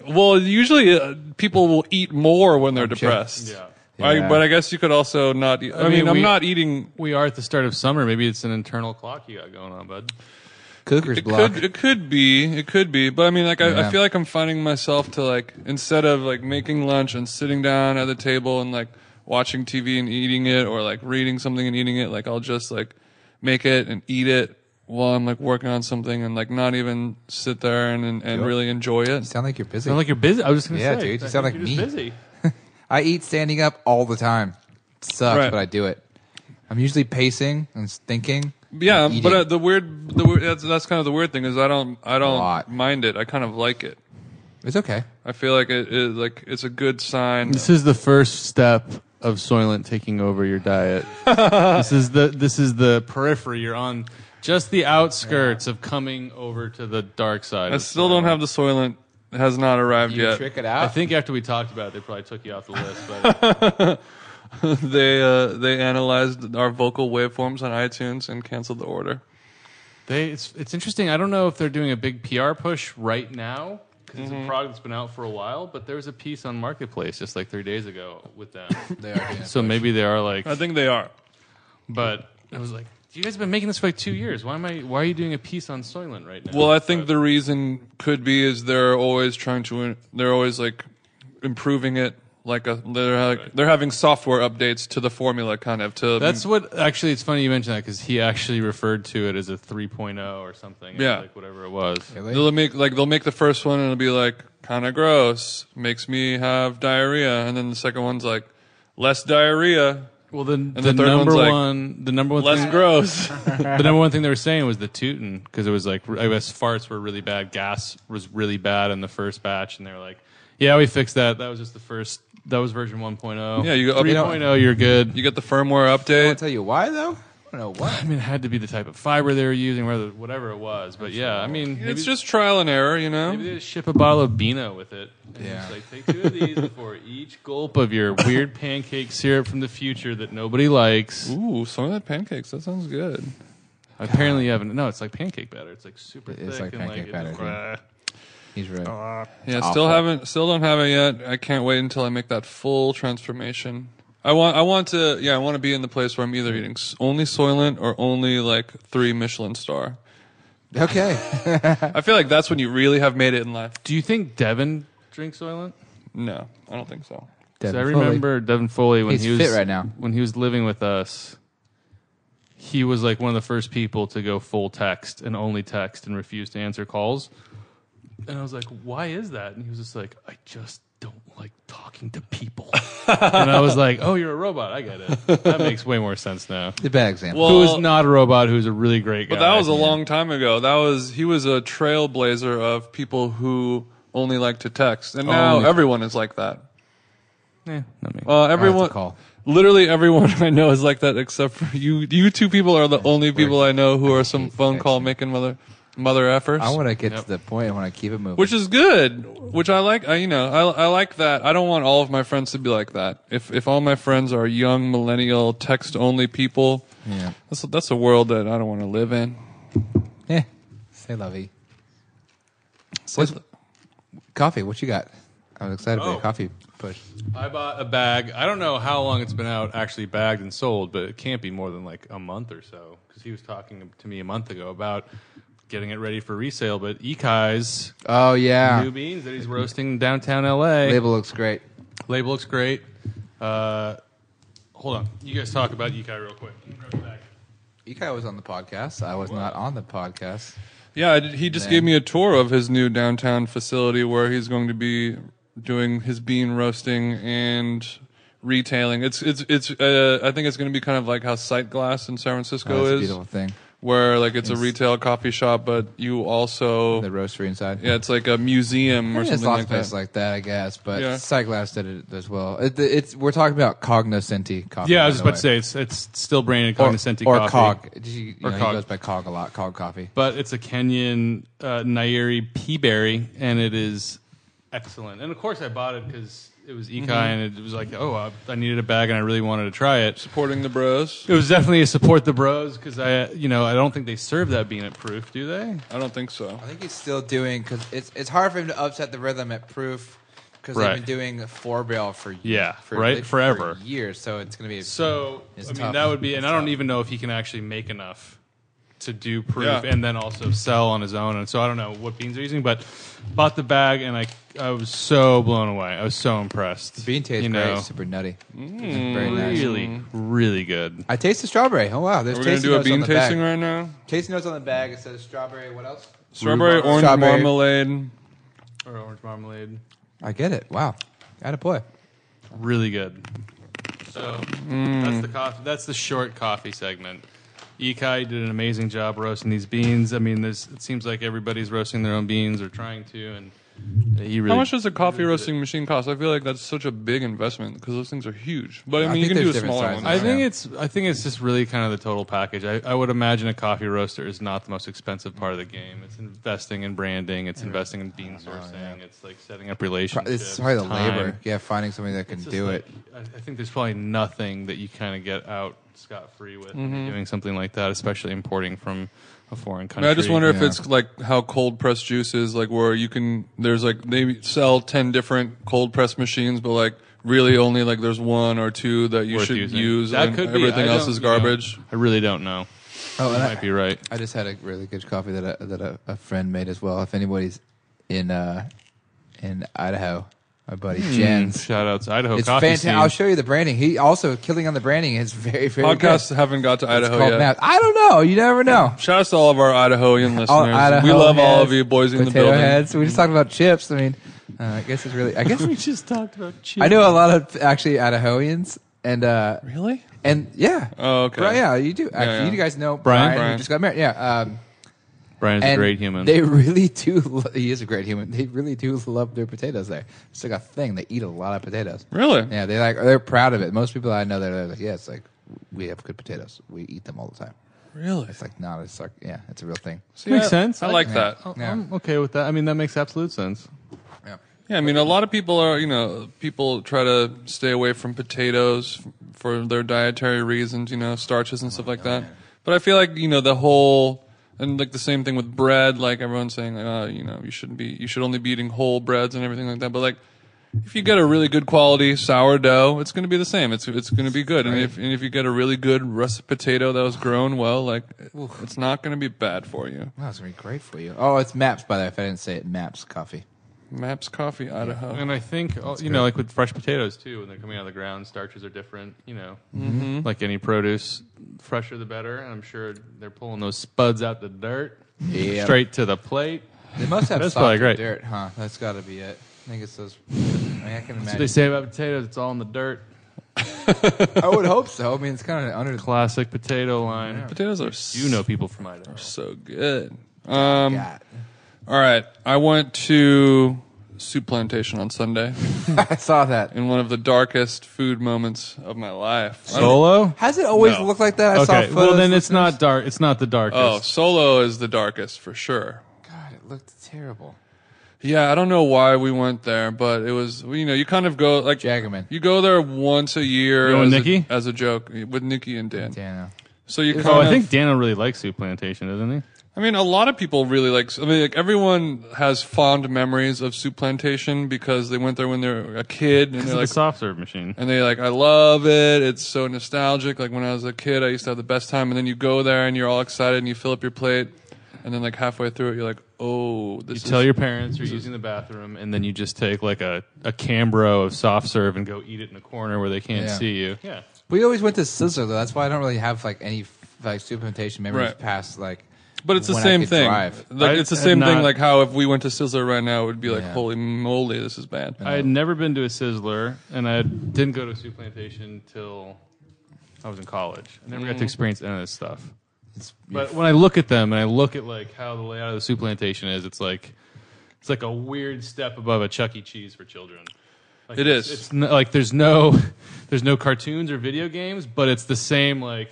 S3: Well, usually uh, people will eat more when they're
S4: sure.
S3: depressed.
S5: Yeah.
S3: I,
S4: Yeah.
S3: but I guess you could also not. Eat, I, mean,
S5: mean,
S3: I'm
S5: we-
S3: not eating.
S5: We are at the start of summer. Maybe it's an internal clock you got going on, bud.
S4: Cooker's
S3: It
S4: block.
S3: could, it could be, it could be, but I mean, like, I, I
S4: Yeah.
S3: feel like I'm finding myself to like instead of like making lunch and sitting down at the table and like watching TV and eating it, or like reading something and eating it, like I'll just like make it and eat it while I'm like working on something and like not even sit there and and, and
S4: Yep.
S3: really enjoy it.
S4: sound like you're busy.
S5: Sound like you're busy. I was just gonna
S4: Yeah,
S5: say,
S4: dude, you
S5: I
S4: sound
S5: think
S4: like
S5: you're just
S4: me.
S5: busy.
S4: I eat standing up all the time. It sucks,
S3: Right.
S4: but I do it. I'm usually pacing and thinking.
S3: Yeah,
S4: and
S3: but
S4: eating.
S3: uh, the weird, the weird, that's, that's kind of the weird thing is I don't, I don't
S4: lot.
S3: mind it. I kind of like it.
S4: it's okay.
S3: I feel like it, it like it's a good sign.
S5: This is the first step of Soylent taking over your diet. this is the this is the periphery. You're on just the outskirts of coming over to the dark side.
S3: I still don't have the Soylent. It has not arrived
S4: You
S3: yet.
S4: trick it
S5: I
S4: out.
S5: think after we talked about it, they probably took you off the list. But
S3: they uh, they analyzed our vocal waveforms on iTunes and canceled the order.
S5: they, it's it's interesting. I don't know if they're doing a big PR push right now because it's
S4: Mm-hmm.
S5: a product that's been out for a while. But there was a piece on Marketplace just like three days ago with them.
S4: they are doing it.
S5: so maybe they are like.
S3: I think they are.
S5: But I was like, you guys have been making this for like two years. Why am I? Why are you doing a piece on Soylent right now?
S3: Well, I think
S5: But-
S3: the reason could be is they're always trying to they're always like improving it. Like a, they're like, they're having software updates to the formula, kind of to
S5: That's what actually. It's funny you mentioned that because he actually referred to it as a 3.0 or something.
S3: Yeah.
S5: like whatever it was.
S3: They'll make like they'll make the first one and it'll be like kind of gross, makes me have diarrhea, and then the second one's like less diarrhea,
S5: Well, the,
S3: the
S5: the,
S3: third
S5: number
S3: one's like,
S5: one, the number one,
S3: less
S5: thing,
S3: gross.
S5: the number one thing they were saying was the tootin because it was like I guess farts were really bad, gas was really bad in the first batch, and they were like, "Yeah, we fixed that. That was just the first. That was version oh. 1.0.
S3: Yeah, you go up-
S5: 3.0. You're good.
S3: you get the firmware
S4: I'll
S3: update.
S4: tell you why though. I don't know why.
S5: I mean, it had to be the type of fiber they were using, whether whatever it was. But yeah, I mean, maybe-
S3: It's just trial and error, you know.
S5: Maybe they just ship a bottle of Beano with it. And
S4: Yeah.
S5: It's like, take two of these before each gulp of your weird pancake syrup from the future that nobody likes.
S3: Ooh, some of that pancakes. That sounds good.
S5: Apparently, you haven't. No, it's like pancake batter. It's like super
S4: It
S5: thick.
S4: is like
S5: and
S4: pancake
S5: like,
S4: batter,
S5: It's,
S4: He's right.
S3: Uh, Yeah, still
S4: awful.
S3: haven't, still don't have it yet. I can't wait until I make that full transformation. I want, I want to, yeah, I want to be in the place where I'm either eating s- only Soylent or only like three Michelin star.
S4: Okay.
S3: I feel like that's when you really have made it in life.
S5: Do you think Devin drinks Soylent?
S3: No, I don't think so.
S5: So
S4: Devin
S5: I
S4: Foley.
S5: remember Devin Foley when
S4: He's
S5: he was
S4: fit right now.
S5: When he was living with us, he was like one of the first people to go full text and only text and refuse to answer calls. And I was like, "Why is that?" And he was just like, "I just don't like talking to people." and I was like, "Oh, you're a robot. I get it. That makes way more sense now."
S4: It's a bad example.
S3: Well,
S5: Who is not a robot? Who's a really great guy?
S3: But that was a long time ago. That was he was a trailblazer of people who only like to text, and now
S4: Only-
S3: everyone is like that.
S5: Oh, Yeah, not me.
S3: Uh, everyone,
S4: call.
S3: literally everyone I know is like that, except for you. You two people are the only people I know who are some phone call making mother mother effers.
S4: I want to get to the point. I want to keep it moving.
S3: which is good. Which I like. I, you know, I, I like that. I don't want all of my friends to be like that. If if all my friends are young millennial text only people,
S4: yeah.
S3: that's that's a world that I don't want to live in.
S4: Yeah. Eh. Say lovey. What's, coffee? What you got? I was excited for
S5: Oh.
S4: your coffee push.
S5: I bought a bag. I don't know how long it's been out, actually bagged and sold, but it can't be more than like a month or so. Because he was talking to me a month ago about getting it ready for resale. But Ikai's
S4: Oh yeah.
S5: new beans that he's roasting in downtown LA. Label,
S4: Label looks great.
S5: looks great. Uh, hold on, you guys talk about Ikai real quick. I'm gonna grab the bag.
S4: Ikai was on the podcast. I was not on the podcast.
S3: Yeah, I did- he just
S4: Man.
S3: gave me a tour of his new downtown facility where he's going to be doing his bean roasting and retailing. It's it's it's. Uh, I think it's going to be kind of like how Sight Glass in San
S4: Oh,
S3: Francisco
S4: that's a
S3: is,
S4: beautiful thing.
S3: where like it's a retail coffee shop, but you also
S4: The roastery inside.
S3: yeah, it's like a museum or
S4: There's
S3: something
S4: lots
S3: like
S4: of places
S3: that.
S4: like that, I guess. But
S3: Yeah.
S4: Cyclass did it as well. It, it's we're talking about cognoscenti coffee.
S5: Yeah, I was
S4: by
S5: just
S4: the
S5: about to
S4: way.
S5: say it's it's still branded
S4: Or-
S5: Cognoscenti
S4: or
S5: coffee.
S4: cog. Did You, you
S5: Or
S4: know,
S5: cog.
S4: He goes by cog a lot. Cog coffee.
S5: but it's a Kenyan uh, Nairi pea berry, and it is excellent. And of course, I bought it because it was
S4: Mm-hmm.
S5: Econ, and it was like, oh, I, I needed a bag, and I really wanted to try it.
S3: Supporting the bros.
S5: It was definitely a support the bros because I, you know, I don't think they serve that bean at proof, do they?
S3: I don't think so.
S4: I think he's still doing because it's it's hard for him to upset the rhythm at Proof because
S5: Right.
S4: they've been doing four barrel for years,
S5: Yeah, right, forever.
S4: years. So it's gonna be
S5: So
S4: It's
S5: I mean,
S4: tough.
S5: that would be, and
S4: It's
S5: I don't
S4: tough.
S5: even know if he can actually make enough to do proof
S3: Yeah.
S5: and then also sell on his own. And so I don't know what beans are using, but bought the bag, and I, I was so blown away. I was so impressed.
S4: bean taste
S5: you
S4: great,
S5: know, Mm,
S4: super nutty, very nice.
S5: really, really good.
S4: I taste the strawberry. Oh wow, there's
S3: We're gonna
S4: tasting
S3: do a
S4: notes on
S3: bean
S4: the bag.
S3: tasting right now.
S4: Tasting notes on the bag. It says strawberry. What else?
S3: Strawberry, orange
S4: Strawberry.
S3: marmalade.
S5: Or orange marmalade,
S4: I get it. Wow, got a boy.
S5: really good. So
S3: Mm.
S5: that's the coffee. That's the short coffee segment. Ikai did an amazing job roasting these beans. I mean, there's, it seems like everybody's roasting their own beans or trying to, and he really
S3: How much does a coffee roasting machine cost? I feel like that's such a big investment because those things are huge. But I
S4: I
S3: mean, you
S4: think
S3: can do a
S4: there's different
S3: smaller
S4: sizes.
S3: one.
S5: I
S4: Yeah.
S5: think it's I think it's just really kind of the total package. I, I would imagine a coffee roaster is not the most expensive part of the game. It's investing in branding. It's investing in bean sourcing. It's like setting up relationships.
S4: It's probably the
S5: time.
S4: labor. Yeah, finding somebody that can
S5: It's just
S4: do it.
S5: like- I, I think there's probably nothing that you kind of get out scot free with when
S4: Mm-hmm.
S5: you're doing something like that, especially importing from a foreign
S3: I,
S5: country.
S3: mean, I just wonder if
S4: Yeah.
S3: it's like how cold press juice is, like where you can there's like they sell ten different cold press machines, but like really only like there's one or two that you
S5: Worth
S3: should
S5: using.
S3: use.
S5: That
S3: and
S5: could be.
S3: everything
S5: I
S3: else
S5: don't-
S3: is
S5: you know,
S3: garbage.
S5: I really don't know.
S4: Oh,
S5: You
S4: and
S5: might
S4: I,
S5: be right.
S4: I just had a really good coffee that a, that a, a friend made as well. If anybody's in uh, in Idaho, my buddy Jens.
S5: Shout out to Idaho
S4: It's
S5: Hmm. Coffee
S4: fantastic.
S5: Scene.
S4: I'll show you the branding. He also killing on the branding is very very
S3: Podcasts
S4: good.
S3: haven't got to
S4: It's
S3: Idaho
S4: called
S3: yet.
S4: Map. I don't know. You never know.
S3: Shout out to all of our Idahoan listeners.
S4: All Idaho
S3: we love all
S4: heads,
S3: of you, boys in the
S4: potato
S3: building.
S4: heads. We just talked about chips. I mean, uh, I guess it's really. I guess
S5: we just talked about cheese.
S4: I know a lot of actually Idahoans and uh,
S3: Really?
S4: and yeah.
S3: Oh, okay.
S4: Right, yeah, you do. Actually,
S3: Yeah, yeah.
S4: you guys know
S5: Brian?
S4: Brian. who
S3: Brian.
S4: just got married. Yeah. Um,
S5: Brian's a
S4: and
S5: great human.
S4: They really do. lo- He is a great human. They really do love their potatoes there. It's like a thing. They eat a lot of potatoes.
S3: Really?
S4: Yeah, they like they're proud of it. Most people I know, they're like, yeah, it's like we have good potatoes. We eat them all the time.
S3: Really?
S4: It's like not it's like yeah, it's a real thing.
S5: makes
S3: Yeah,
S5: sense.
S3: I like that.
S5: I-
S4: Yeah.
S5: I'm okay with that. I mean, that makes absolute sense.
S4: Yeah.
S3: Yeah, I mean, a lot of people are, you know, people try to stay away from potatoes f- for their dietary reasons, you know, starches and stuff like that. But I feel like, you know, the whole, and like the same thing with bread, like everyone's saying, uh, you know, you shouldn't be, you should only be eating whole breads and everything like that. But like, if you get a really good quality sourdough, it's going to be the same. It's, it's going to be good. And if, and if you get a really good russet potato that was grown well, like, it's not going to be bad for you.
S4: Wow, it's gonna be great for you. Oh, it's Maps by the way. If I didn't say it, Maps coffee.
S3: Maps Coffee, Idaho.
S5: And I think, uh, you know, like with fresh potatoes too, when they're coming out of the ground, starches are different, you know,
S4: Mm-hmm.
S5: like any produce, fresher the better. And I'm sure they're pulling those spuds out the dirt
S4: Yeah.
S5: straight to the plate.
S4: They must have
S5: Mm-hmm. That's
S4: softer
S5: probably great.
S4: dirt, huh? That's got to be it. I think it's those. I mean, I can
S5: That's what they
S4: imagine.
S5: say about potatoes. It's all in the dirt.
S4: I would hope so. I mean, it's kind of under. the
S5: Classic potato line.
S3: Potatoes are
S5: You know people from Idaho.
S3: so good. Um,
S4: God.
S3: All right, I went to Soup Plantation on Sunday
S4: I saw that.
S3: in one of the darkest food moments of my life. I don't-
S5: Solo?
S4: Has it always
S3: No.
S4: looked like that? I saw
S5: Okay.
S4: photos.
S5: Well, then it's
S4: listeners.
S5: not dark. It's not the
S3: Oh,
S5: darkest.
S3: Solo is the darkest for sure.
S4: God, it looked terrible.
S3: Yeah, I don't know why we went there, but it was you know you kind of go like
S4: Jaggerman.
S3: You go there once a year
S5: You and
S3: as,
S5: Nikki?
S3: A, as a joke with Nikki and Dan.
S4: Dano.
S3: So you kind
S5: Oh,
S3: of,
S5: I think Dana really likes Soup Plantation, doesn't he?
S3: I mean, a lot of people really like. I mean, like everyone has fond memories of Soup Plantation because they went there when they were a kid and
S5: Because
S3: they're
S5: of
S3: like,
S5: the soft serve machine.
S3: and they like i love it it's so nostalgic like when i was a kid i used to have the best time and then you go there and you're all excited and you fill up your plate and then like halfway through it you're like oh this
S5: You
S3: is
S5: tell your parents you're using the bathroom, and then you just take like a, a Cambro of soft serve and go eat it in a corner where they can't
S4: Yeah.
S5: see you. Yeah.
S4: We always went to Sizzler though. That's why I don't really have like any like supplementation memories
S3: Right.
S4: past like.
S3: but it's the
S4: when I
S3: same
S4: could
S3: thing
S4: drive.
S3: like
S5: I
S3: it's the
S5: have
S3: same thing
S5: not-
S3: like how if we went to sizzler right now it would be like
S4: Yeah.
S3: holy moly this is bad
S5: I had never been to a Sizzler, and I didn't go to a soup plantation till I was in college. I never
S3: Mm.
S5: got to experience any of this stuff.
S4: It's,
S5: But when I look at them and I look at like how the layout of the soup plantation is, it's like it's like a weird step above a Chuck E. Cheese for children. Like,
S3: It
S5: it's-
S3: is.
S5: It's no, like there's no there's no cartoons or video games, but it's the same. Like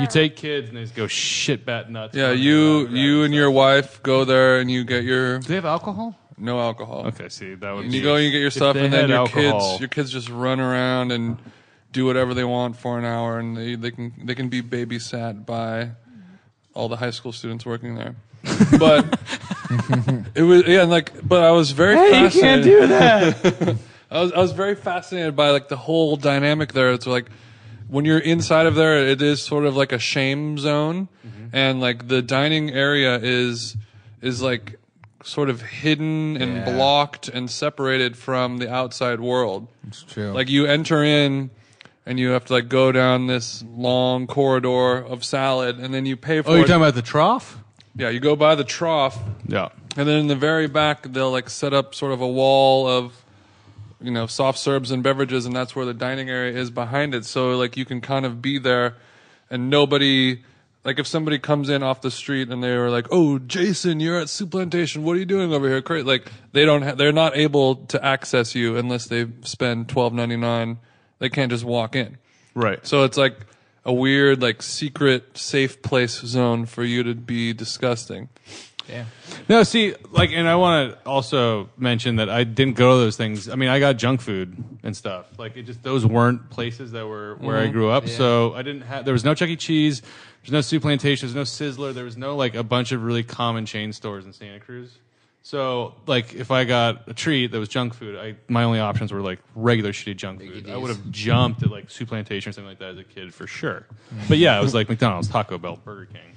S5: you take kids and they just go shit bat nuts.
S3: yeah
S5: running
S3: you
S5: around,
S3: you
S5: right?
S3: and your wife go there and you get your
S5: Do they have alcohol?
S3: No alcohol.
S5: Okay, see that would.
S3: And
S5: be
S3: you go and you get your
S5: If
S3: stuff,
S5: they
S3: and then
S5: had
S3: your
S5: alcohol-
S3: kids, your kids just run around and do whatever they want for an hour, and they, they can they can be babysat by all the high school students working there. But it was yeah, and like but I was very fascinated.
S1: that.
S3: I was I was very fascinated by like the whole dynamic there. It's like when you're inside of there, it is sort of like a shame zone,
S5: Mm-hmm.
S3: and like the dining area is is like sort of hidden and
S4: Yeah.
S3: blocked and separated from the outside world.
S4: It's true.
S3: Like you enter in and you have to like go down this long corridor of salad, and then you pay for
S5: Oh, you're
S3: it.
S5: talking about the trough?
S3: yeah, you go by the trough,
S5: Yeah.
S3: and then in the very back, they'll like set up sort of a wall of, you know, soft serves and beverages, and that's where the dining area is behind it. So like you can kind of be there, and nobody, like if somebody comes in off the street and they were like, "Oh, Jason, you're at Soup Plantation. What are you doing over here?" Cra-" Like they don't, ha- they're not able to access you unless they spend twelve ninety nine. They can't just walk in.
S5: Right.
S3: So it's like a weird, like secret, safe place zone for you to be disgusting.
S4: yeah.
S5: No, see, like, and I want to also mention that I didn't go to those things. I mean, I got junk food and stuff. Like, it just those weren't places that were where I grew up. So I didn't have. There was no Chuck E. Cheese. There's no Soup Plantation. There's no Sizzler. There was no like a bunch of really common chain stores in Santa Cruz. So like, if I got a treat that was junk food, I my only options were like regular shitty junk food. I
S4: D's.
S5: would have jumped at like Soup Plantation or something like that as a kid for sure. But yeah, it was like McDonald's, Taco Bell, Burger King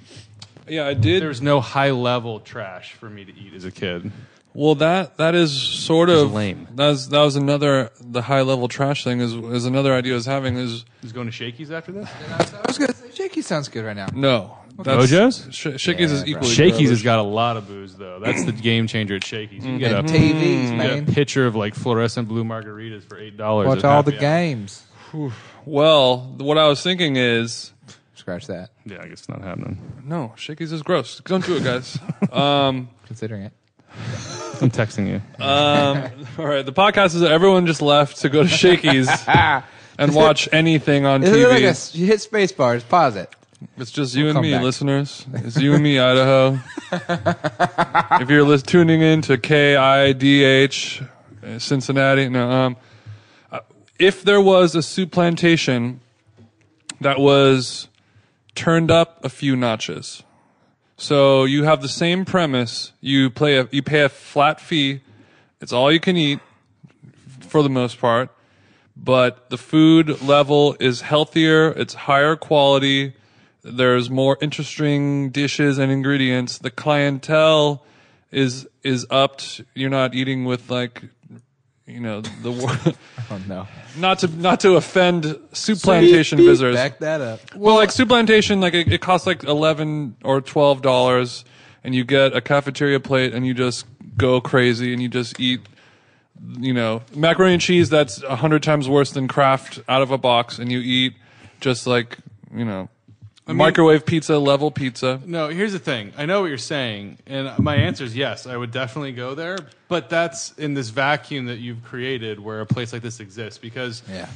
S3: Yeah, I did.
S5: there's no high level trash for me to eat as a kid.
S3: Well, that that is sort of
S5: lame.
S3: That was, that was another the high level trash thing is is another idea I was having is
S5: Just going to Shakey's after this?
S4: I was gonna say shaky sounds good right now.
S3: no.
S5: Mojo's?
S3: Sh- Shakey's
S4: Yeah,
S3: is
S4: bro.
S3: equally.
S5: Shakey's has
S3: garbage.
S5: got a lot of booze though. That's the game changer at Shakey's. You can get a,
S4: And
S5: you
S4: TVs,
S5: can get a
S4: man.
S5: pitcher of like fluorescent blue margaritas for eight dollars.
S4: Watch all the games.
S3: Well, what I was thinking is
S4: Scratch that.
S5: Yeah, I guess it's not happening.
S3: no. Shakey's is gross. Don't do it, guys.
S4: Considering it.
S5: I'm texting you.
S3: All right, the podcast is that everyone just left to go to Shakey's and watch anything on
S4: Is
S3: TV.
S4: it like a, s- you hit space bars, pause it.
S3: It's just you and
S4: come
S3: me,
S4: back.
S3: listeners. It's you and me, Idaho. if you're lis- tuning in to KIDH uh, Cincinnati, no. Um, uh, if there was a soup plantation that was turned up a few notches, so you have the same premise. You play a, you pay a flat fee. It's all you can eat for the most part, but the food level is healthier. It's higher quality. There's more interesting dishes and ingredients. The clientele is is upped. You're not eating with like, you know, the wor-
S4: Oh no.
S3: not to not to offend soup plantation visitors.
S4: Back that up.
S3: Well, like soup plantation, like it, it costs like eleven or twelve dollars, and you get a cafeteria plate, and you just go crazy, and you just eat, you know, macaroni and cheese that's a hundred times worse than Kraft out of a box, and you eat just like you know, microwave pizza level pizza.
S5: No, here's the thing. I know what you're saying, and my answer is yes. I would definitely go there, but that's in this vacuum that you've created where a place like this exists because
S4: Yeah.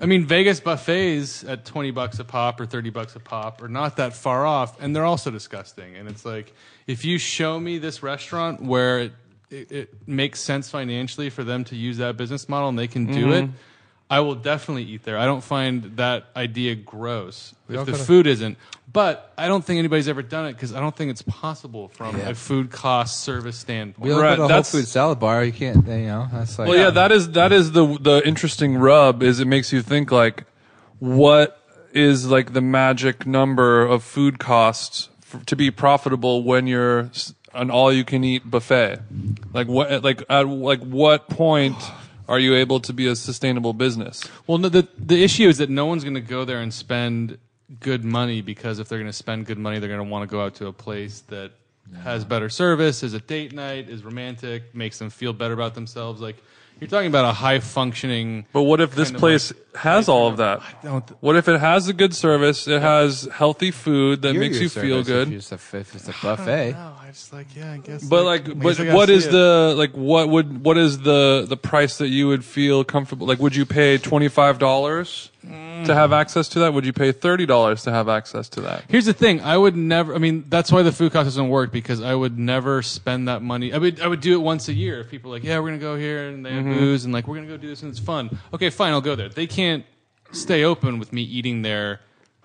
S5: I mean, Vegas buffets at 20 bucks a pop or 30 bucks a pop are not that far off, and they're also disgusting. And it's like, if you show me this restaurant where it, it, it makes sense financially for them to use that business model and they can do it, I will definitely eat there. I don't find that idea gross if the food isn't. But I don't think anybody's ever done it because I don't think it's possible from
S4: Yeah.
S5: a food cost service standpoint.
S4: We don't
S3: Right,
S4: put a whole
S3: that's-
S4: food salad bar. You can't, you know, that's like.
S3: Well, yeah, that is that is the the interesting rub is it makes you think like, what is like the magic number of food costs f- to be profitable when you're s- an all you can eat buffet? Like what like at like what point are you able to be a sustainable business?
S5: Well, no, the the issue is that no one's going to go there and spend good money because if they're going to spend good money, they're going to want to go out to a place that has better service, is a date night, is romantic, makes them feel better about themselves. Like you're talking about a high functioning.
S3: But what if this
S5: Kinda
S3: place has all of that?
S5: don't th-
S3: What if it has a good service? It has healthy food that
S4: You're
S3: makes
S4: your
S3: you feel
S4: service
S3: good.
S4: If, it's a, if it's a buffet.
S5: No, I just like yeah, I guess.
S3: But like, but what is the like? What would what is the the price that you would feel comfortable? Like, would you pay twenty five dollars to have access to that? Would you pay thirty dollars to have access to that?
S5: Here's the thing. I would never. I mean, that's why the food cost doesn't work because I would never spend that money. I would. I would do it once a year. If people are like, yeah, we're gonna go here and they
S3: Mm-hmm.
S5: have booze and like we're gonna go do this and it's fun. Okay, fine, I'll go there. They can't stay open with me eating there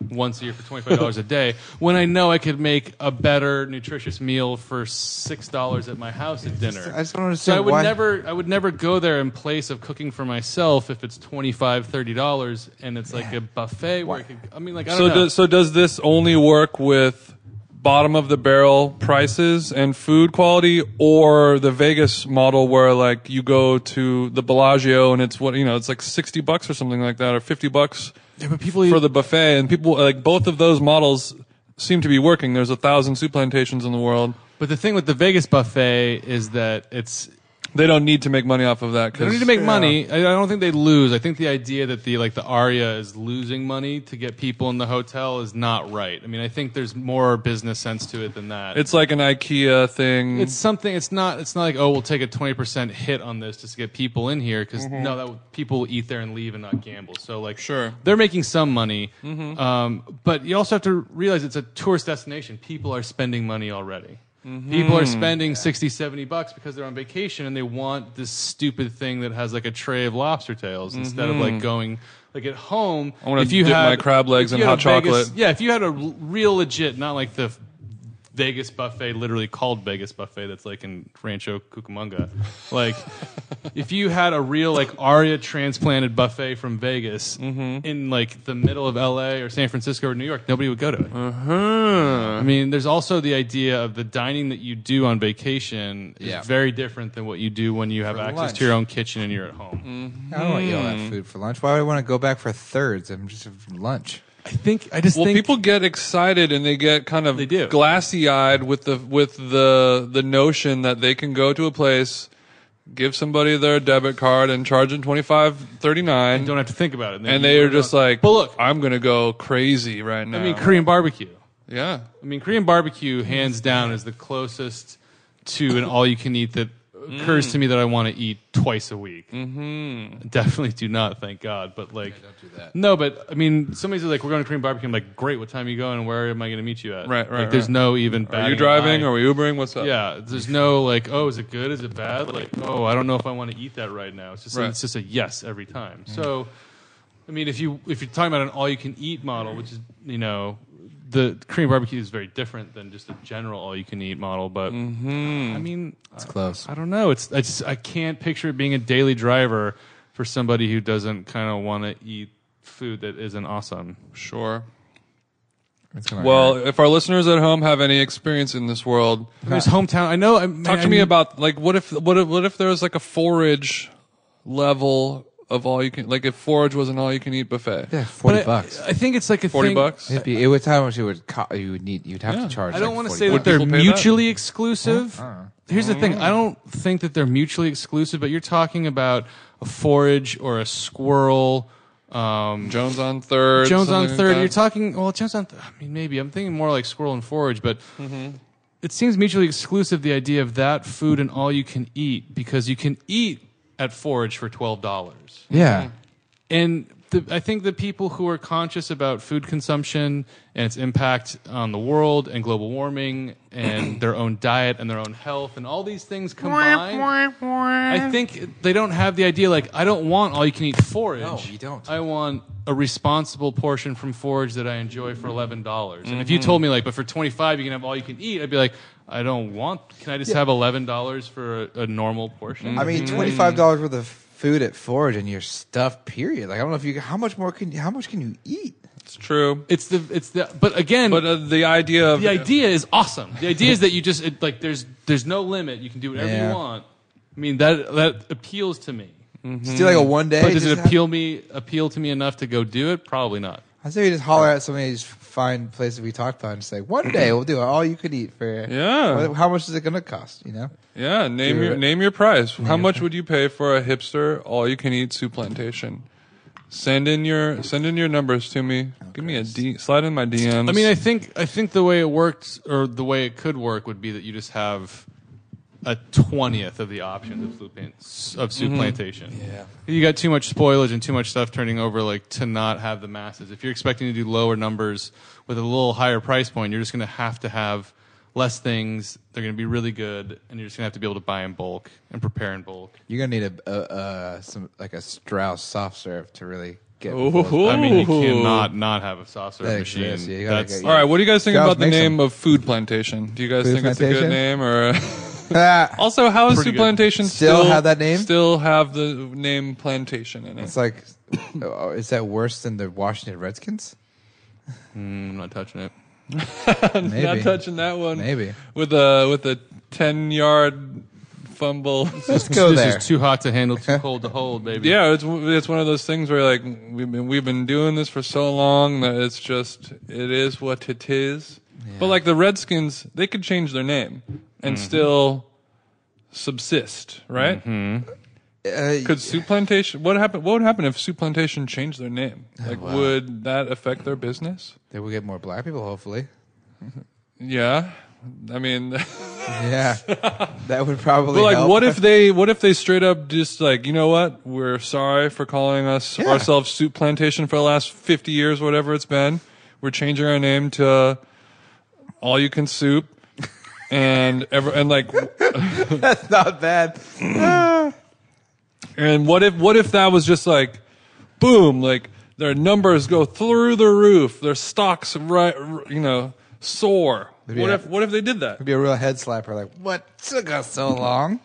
S5: once a year for twenty five dollars a day when I know I could make a better nutritious meal for six dollars at my house at dinner.
S4: I just don't
S5: So
S4: understand
S5: I would
S4: why.
S5: never, I would never go there in place of cooking for myself if it's $25, 30 dollars and it's like a buffet where I could. I mean, like I don't
S3: So
S5: know.
S3: does, so does this only work with bottom of the barrel prices and food quality, or the Vegas model where like you go to the Bellagio and it's what you know it's like sixty bucks or something like that, or fifty bucks
S5: but people
S3: for the buffet, and people like both of those models seem to be working. There's a thousand soup plantations in the world.
S5: But the thing with the Vegas buffet is that it's
S3: They don't need to make money off of that.
S5: they
S3: Cause,
S5: don't need to make money. I I don't think they lose. I think the idea that the like the Aria is losing money to get people in the hotel is not right. I mean, I think there's more business sense to it than that.
S3: It's like an IKEA thing.
S5: it's something. It's not. It's not like oh, we'll take a twenty percent hit on this just to get people in here because no, that would- people will eat there and leave and not gamble. So like,
S3: Mm-hmm. Sure. Mm-hmm.
S5: they're making some money, um, but you also have to realize it's a tourist destination. People are spending money already.
S3: Mm-hmm.
S5: People are spending sixty, seventy 60, 70 bucks because they're on vacation and they want this stupid thing that has like a tray of lobster tails instead of like going like at home.
S3: Mm-hmm. I wanna
S5: if you
S3: dip
S5: had
S3: my crab legs
S5: if
S3: in
S5: you had
S3: hot
S5: a Vegas-
S3: chocolate.
S5: yeah, if you had a l- real legit, not like the Vegas buffet, literally called Vegas buffet, that's like in Rancho Cucamonga. Like, if you had a real like Aria transplanted buffet from Vegas
S3: Mm-hmm.
S5: in like the middle of L.A. or San Francisco or New York, nobody would go to it.
S3: Uh-huh.
S5: I mean, there's also the idea of the dining that you do on vacation is
S4: Yeah.
S5: very different than what you do when you have access
S4: lunch.
S5: to your own kitchen and you're at home.
S3: Mm.
S4: I don't want to eat all
S5: Mm.
S4: that food for lunch. Why would I want to go back for thirds? I'm just for lunch.
S5: I think I just
S3: Well,
S5: think
S3: people get excited and they get kind of
S5: They do.
S3: glassy-eyed with the with the the notion that they can go to a place, give somebody their debit card and charge them twenty five thirty nine,
S5: don't have to think about it.
S3: and they are just like,
S5: But look,
S3: I'm gonna go crazy right now."
S5: I mean, Korean barbecue.
S3: yeah,
S5: I mean, Korean barbecue, hands down, is the closest to an all you can eat that occurs to me that I want to eat twice a week. Mm-hmm. Definitely do not, thank God. But like,
S4: don't do that.
S5: no, but I mean, somebody's like, we're going to Korean barbecue. I'm like, great, what time are you going and where am I going to meet you at?
S3: Right, right,
S5: Like, there's
S3: right.
S5: no even
S3: are you driving? Are we Ubering? What's up?
S5: yeah, there's no like, oh, is it good? Is it bad? Like, oh, I don't know if I want to eat that right now. It's just
S3: Right. Mm-hmm.
S5: it's just a yes every time. So, I mean, if you if you're talking about an all you can eat model, which is you know, the Korean barbecue is very different than just a general all you can eat model. But
S3: Mm-hmm.
S5: I mean,
S4: It's close.
S5: I don't know. It's I just I can't picture it being a daily driver for somebody who doesn't kind of want to eat food that isn't awesome.
S3: sure.
S4: It's gonna
S3: Well,
S4: hurt.
S3: if our listeners at home have any experience in this world,
S5: There's hometown. I know. I, man,
S3: talk
S5: I
S3: to me
S5: mean-
S3: about like what if what if what if there was like a forage level of all you can like if forage was an all you can eat buffet.
S4: yeah,
S5: but
S4: forty
S5: I-
S4: bucks.
S5: I, think it's like a
S3: 40
S5: thing-
S3: bucks?
S4: It'd be, it would how much it would co- you would need. You'd have
S3: Yeah.
S4: to charge.
S5: I don't
S4: like
S5: want to
S4: 40
S5: say that
S4: bucks. Oh,
S5: they're
S3: People pay that?
S5: mutually exclusive.
S4: I don't know.
S5: Here's the thing: I don't think that they're mutually exclusive. But you're talking about a forage or a squirrel. Um,
S3: Jones on third.
S5: Jones on
S3: something like
S5: third.
S3: that.
S5: You're talking. Well, Jones on. Th- I mean, maybe I'm thinking more like squirrel and forage, but it seems mutually exclusive. The idea of that food and all you can eat because you can eat at forage for twelve dollars
S4: Yeah,
S5: Mm. and the, I think the people who are conscious about food consumption and its impact on the world and global warming and their own diet and their own health and all these things combined, I think they don't have the idea like I don't want all you can eat forage.
S4: No, you don't.
S5: I want a responsible portion from forage that I enjoy for eleven dollars. And if
S4: Mm-hmm.
S5: you told me like, but for twenty five you can have all you can eat, I'd be like, I don't want. Can I just have eleven dollars for a, a normal portion?
S4: Mm. I mean, twenty five dollars worth of food at Forage and you're stuffed. Period. Like I don't know if you how much more can how much can you eat?
S3: It's true.
S5: it's the it's the but again,
S3: But uh, the idea of
S5: the idea is awesome. The idea is that you just it, like there's there's no limit. You can do whatever
S4: Yeah.
S5: you want. I mean that that appeals to me.
S4: Just do like a one day.
S5: Mm. But does
S4: just
S5: it
S4: have-
S5: appeal me appeal to me enough to go do it? Probably not.
S4: I say we just holler at some of these fine places we talked about and just like one day we'll do all you could eat for.
S3: Yeah.
S4: How much is it gonna cost? You know.
S3: yeah, name
S4: Do
S3: your
S4: it.
S3: name your price. How much would you pay for a hipster all you can eat soup plantation? Send in your send in your numbers to me. Give me a D, slide in my DMs.
S5: I mean, I think I think the way it worked or the way it could work would be that you just have a twentieth of the options of soup, plant, of soup
S4: Mm-hmm.
S5: plantation. Yeah, you got too much spoilage and too much stuff turning over, like to not have the masses. If you're expecting to do lower numbers with a little higher price point, you're just going to have to have less things. They're going to be really good, and you're just going to have to be able to buy in bulk and prepare in bulk.
S4: You're gonna need a, a, a some like a Strauss soft serve to really get.
S3: Ooh.
S5: I mean, you cannot not have a soft serve
S4: That
S5: machine.
S4: exists, yeah, you gotta
S5: That's-
S4: get-
S3: All right, what do you guys think
S4: Guys,
S3: about the
S4: make some.
S3: name of Food Plantation? Do you guys
S4: Food
S3: think it's a good
S4: Plantation?
S3: name or?
S4: Ah,
S3: also, how is
S5: Pretty
S3: Food
S5: good.
S3: Plantation
S4: Still have that name?
S3: Still have the name Plantation in it.
S4: it's like, oh, is that worse than the Washington Redskins?
S5: I'm not touching it.
S4: Maybe.
S3: Not touching that one.
S4: Maybe.
S3: with a with a ten yard fumble.
S4: Let's go
S5: this
S4: there.
S5: is too hot to handle, too cold to hold, baby.
S3: yeah, it's it's one of those things where like we've been we've been doing this for so long that it's just it is what it is. But like the Redskins, they could change their name and
S5: Mm-hmm.
S3: still subsist, right?
S4: Uh,
S3: Could Soup Plantation? What happened? What would happen if Soup Plantation changed their name? Like, would that affect their business?
S4: they will get more black people, hopefully.
S3: Yeah, I mean, but
S4: Yeah, that would probably.
S3: like,
S4: help.
S3: what if they? What if they straight up just like, you know what? We're sorry for calling us
S4: Yeah.
S3: ourselves Soup Plantation for the last fifty years, whatever it's been. We're changing our name to All You Can Soup, and ever and like,
S4: That's not bad.
S3: and what if what if that was just like, boom, like their numbers go through the roof, their stocks right, you know, soar.
S4: Maybe
S3: what
S4: I-
S3: if what if they did that?
S4: It'd be a real head slapper. Like, what took us so long?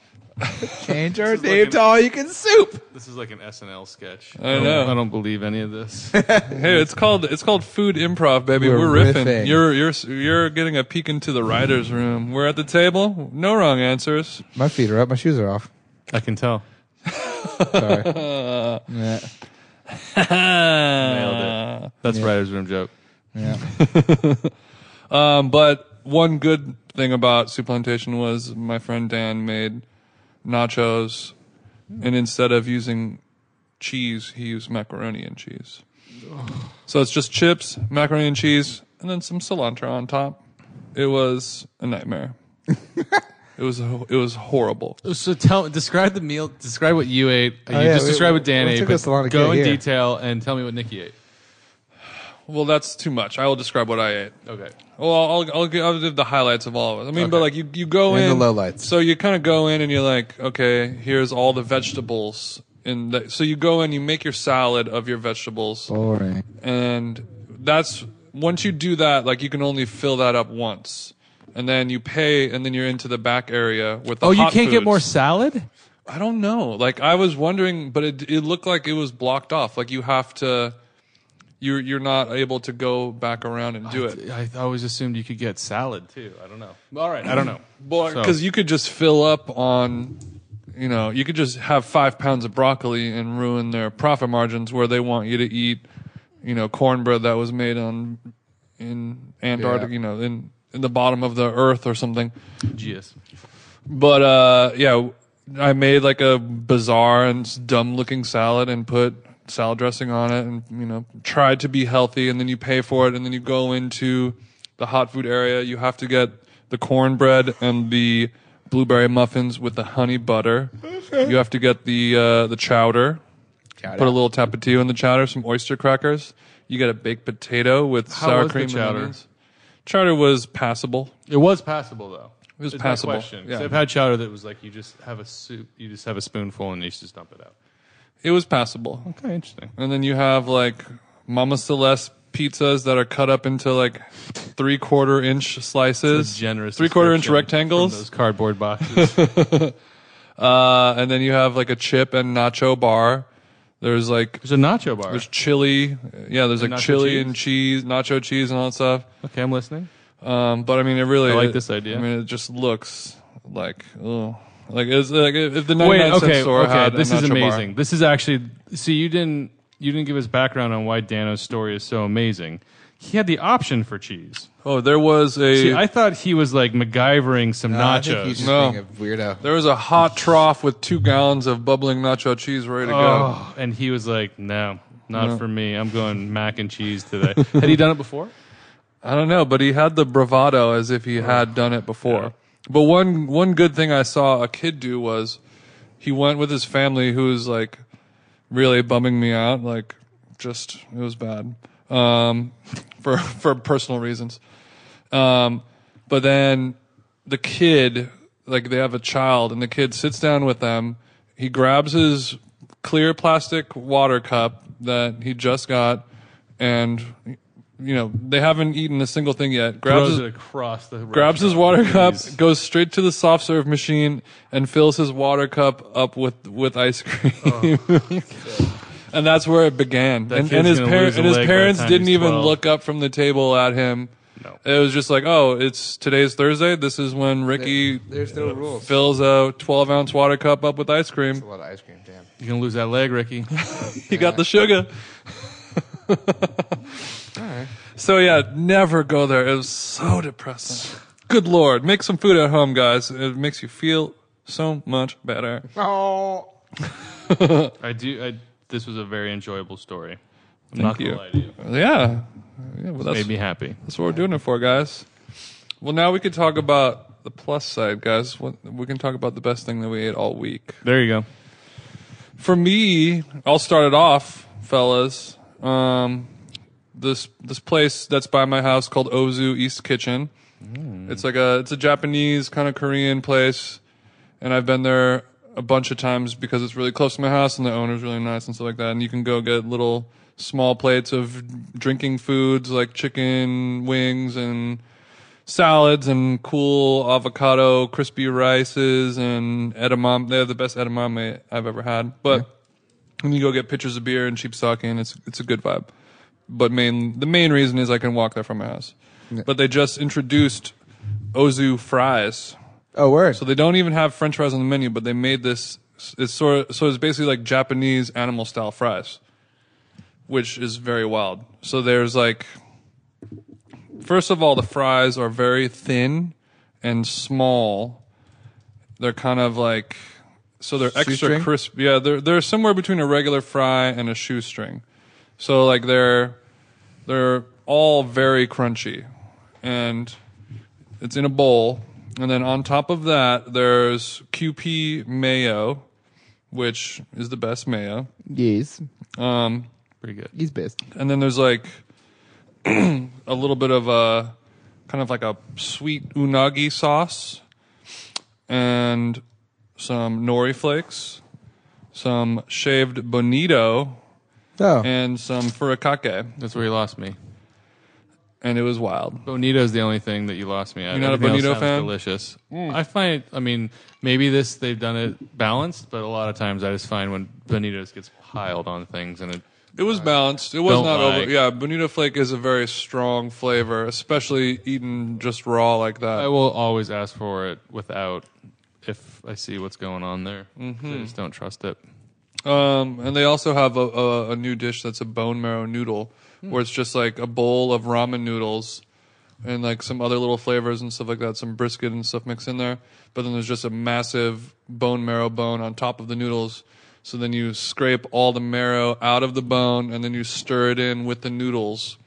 S4: Change our name to all you can soup.
S5: This is like an SNL sketch.
S3: I know.
S5: I don't believe any of this.
S3: Hey, it's called it's called food improv, baby. We're,
S4: We're
S3: riffing.
S4: riffing.
S3: You're you're you're getting a peek into the writers' room. We're at the table. No wrong answers.
S4: My feet are up. My shoes are off.
S5: I can tell.
S4: Sorry. yeah.
S5: Nailed it. That's writer's room joke.
S4: Yeah.
S3: Um, but one good thing about Soup Plantation was my friend Dan made nachos, and instead of using cheese, he used macaroni and cheese. So it's just chips, macaroni and cheese, and then some cilantro on top. It was a nightmare. it was it was horrible.
S5: So tell, describe the meal. Describe what you ate. you
S4: Oh, yeah,
S5: just
S4: we-
S5: describe what Dan
S4: we
S5: ate.
S4: took
S5: but
S4: us a lot to
S5: go
S4: get
S5: in
S4: here.
S5: detail and tell me what Nikki ate.
S3: Well, that's too much. I will describe what I ate.
S5: Okay.
S3: Well, I'll I'll, give, I'll give the highlights of all of it. I mean, but
S5: Okay.
S3: like you, you go
S4: And the
S3: in
S4: lowlights.
S3: So you kind of go in and you're like, okay, here's all the vegetables, and the, so you go in, you make your salad of your vegetables,
S5: Oh.
S4: Boring.
S3: and that's once you do that, like you can only fill that up once, and then you pay, and then you're into the back area with. The
S5: Oh, you
S3: hot
S5: can't get
S3: foods.
S5: more salad.
S3: I don't know. Like I was wondering, but it it looked like it was blocked off. Like you have to, you're you're not able to go back around and do it.
S5: I, I always assumed you could get salad too. I don't know. All right, I don't know. So-
S3: because you could just fill up on you know you could just have five pounds of broccoli and ruin their profit margins where they want you to eat you know cornbread that was made on in antarctica
S4: Yeah.
S3: you know in, in the bottom of the earth or something
S5: Jeez.
S3: but uh yeah i made like a bizarre and dumb looking salad and put salad dressing on it and you know tried to be healthy and then you pay for it and then you go into the hot food area you have to get the cornbread and the blueberry muffins with the honey butter you have to get the uh the chowder put a little tapatio in the chowder some oyster crackers you get a baked potato with
S5: How
S3: sour
S5: was the
S3: cream and
S5: chowder?
S3: onions. chowder was passable
S5: It was passable though. It
S3: was passable,
S5: question. 'Cause
S3: yeah.
S5: I've had chowder that was like you just have a soup, you just have a spoonful and you just dump it out.
S3: it was passable
S5: Okay, interesting.
S3: And then you have like Mama Celeste pizzas that are cut up into like three quarter inch slices,
S5: Generous.
S3: three quarter inch
S5: description
S3: rectangles.
S5: from Those cardboard boxes.
S3: Uh, and then you have like a chip and nacho bar. There's like
S5: There's a nacho bar.
S3: there's chili, yeah. There's
S5: And
S3: like
S5: nacho
S3: chili
S5: cheese?
S3: and cheese, nacho cheese, and all that stuff.
S5: Okay, I'm listening.
S3: Um, but I mean, it really.
S5: I like this idea.
S3: I mean, it just looks like oh, like it's like if the ninety
S5: Wait,
S3: nine
S5: okay,
S3: cent store
S5: okay.
S3: had
S5: This
S3: a nacho
S5: is amazing.
S3: Bar.
S5: This is actually. See, you didn't you didn't give us background on why Dano's story is so amazing. He had the option for cheese.
S3: Oh, there was a
S5: See, I thought he was like MacGyvering some
S4: I think
S5: nachos.
S4: he's just
S3: No.
S4: being a weirdo.
S3: there was a hot trough with two gallons of bubbling nacho cheese ready to go.
S5: Oh, and he was like, "No, not for me. I'm going mac and cheese today." Had he done it before?
S3: I don't know, but he had the bravado as if he had done it before. But one one good thing I saw a kid do was he went with his family who was like really bumming me out, like just it was bad. Um for for personal reasons. Um but then the kid like they have a child and the kid sits down with them, he grabs his clear plastic water cup that he just got and you know, they haven't eaten a single thing yet. Grabs
S5: Throws
S3: his,
S5: it across the
S3: grabs his
S5: restaurant.
S3: water cup,
S5: Please.
S3: goes straight to the soft serve machine, and fills his water cup up with with ice cream. and that's where it began. And,
S5: Oh. kid's
S3: and his
S5: gonna
S3: par-
S5: lose a
S3: and his
S5: leg by the
S3: parents
S5: time
S3: didn't
S5: he's
S3: even
S5: 12.
S3: look up from the table at him.
S5: No.
S3: It was just like, oh, it's today's Thursday. This is when Ricky
S4: There's no rules.
S3: fills a 12 ounce water cup up with ice cream.
S4: a lot of ice cream, damn.
S5: You're gonna lose that leg, Ricky.
S3: He got the sugar. So yeah, never go there. It was so depressing. Good lord, make some food at home, guys. It makes you feel so much better.
S4: Oh,
S5: I do. I, this was a very enjoyable story. I'm not
S3: Thank
S5: gonna
S3: you.
S5: lie to you.
S3: Yeah, yeah. Well, that's
S5: Made me happy.
S3: that's what we're doing it for, guys. Well, now we can talk about the plus side, guys. What, we can talk about the best thing that we ate all week.
S5: There you go.
S3: for me, I'll start it off, fellas. Um, this this place that's by my house called Ozu East Kitchen. It's like a it's a Japanese kind of Korean place, and I've been there a bunch of times because it's really close to my house and the owner's really nice and stuff like that. And you can go get little small plates of drinking foods like chicken wings and salads and cool avocado crispy rices and edamame. They're the best edamame I've ever had. But when you go get pitchers of beer and cheap sake, and it's it's a good vibe. But main the main reason is I can walk there from my house. But they just introduced Ozu fries,
S4: oh, word.
S3: so they don't even have French fries on the menu. But they made this. It's sort of, so it's basically like Japanese animal style fries, which is very wild. So there's like first of all, the fries are very thin and small. They're kind of like so they're extra
S4: Shoestring?
S3: crisp. Yeah, they're they're somewhere between a regular fry and a shoestring. So like they're they're all very crunchy, and it's in a bowl. And then on top of that, there's QP mayo, which is the best mayo.
S4: yes,
S5: Pretty good.
S4: he's best.
S3: and then there's like a little bit of a kind of like a sweet unagi sauce and some nori flakes some shaved bonito
S4: Oh,
S3: and some furikake
S5: That's where you lost me.
S3: and it was wild
S5: Bonito's the only thing that you lost me at.
S3: You're not a
S5: Everything else
S3: Bonito
S5: sounds
S3: fan? Mm.
S5: Delicious. I find. I mean, maybe this they've done it balanced, but a lot of times I just find when Bonito's gets piled on things and it.
S3: it was balanced it was
S5: Don't
S3: not
S5: like.
S3: over yeah bonito flake is a very strong flavor especially eaten just raw like that
S5: I will always ask for it without if I see what's going on there.
S3: Mm-hmm.
S5: 'cause I just don't trust it.
S3: Um, and they also have a, a, a new dish that's a bone marrow noodle, where it's just like a bowl of ramen noodles and like some other little flavors and stuff like that, some brisket and stuff mixed in there. But then there's just a massive bone marrow bone on top of the noodles. So then you scrape all the marrow out of the bone and then you stir it in with the noodles.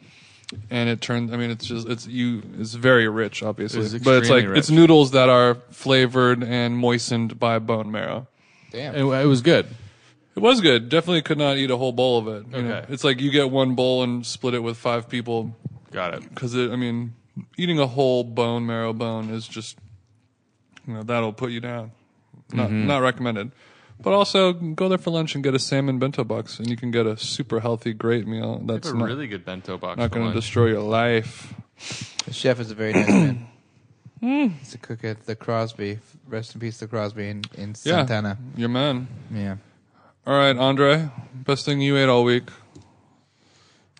S3: And it turns. I mean, it's just it's you. It's very rich, obviously,
S5: It's
S3: but it's
S5: extremely
S3: like it's
S5: rich.
S3: noodles that are flavored and moistened by bone marrow.
S4: damn.
S5: It, it was good.
S3: It was good. Definitely could not eat a whole bowl of it. You know?
S5: Okay.
S3: It's like you get one bowl and split it with five people
S5: Got it.
S3: because I mean, eating a whole bone marrow bone is just you know that'll put you down. Not
S5: Mm-hmm.
S3: not recommended. But also go there for lunch and get a salmon bento box, and you can get a super healthy, great meal.
S5: It's
S3: That's
S5: a
S3: not,
S5: really good bento box.
S3: not
S5: for
S3: going to
S5: lunch.
S3: destroy your life.
S4: The chef is a very nice man.
S3: Mm.
S4: He's a cook at the Crosby. Rest in peace, the Crosby in, in
S3: Yeah,
S4: Santana.
S3: your man.
S4: Yeah.
S3: All right, Andre. Best thing you ate all week?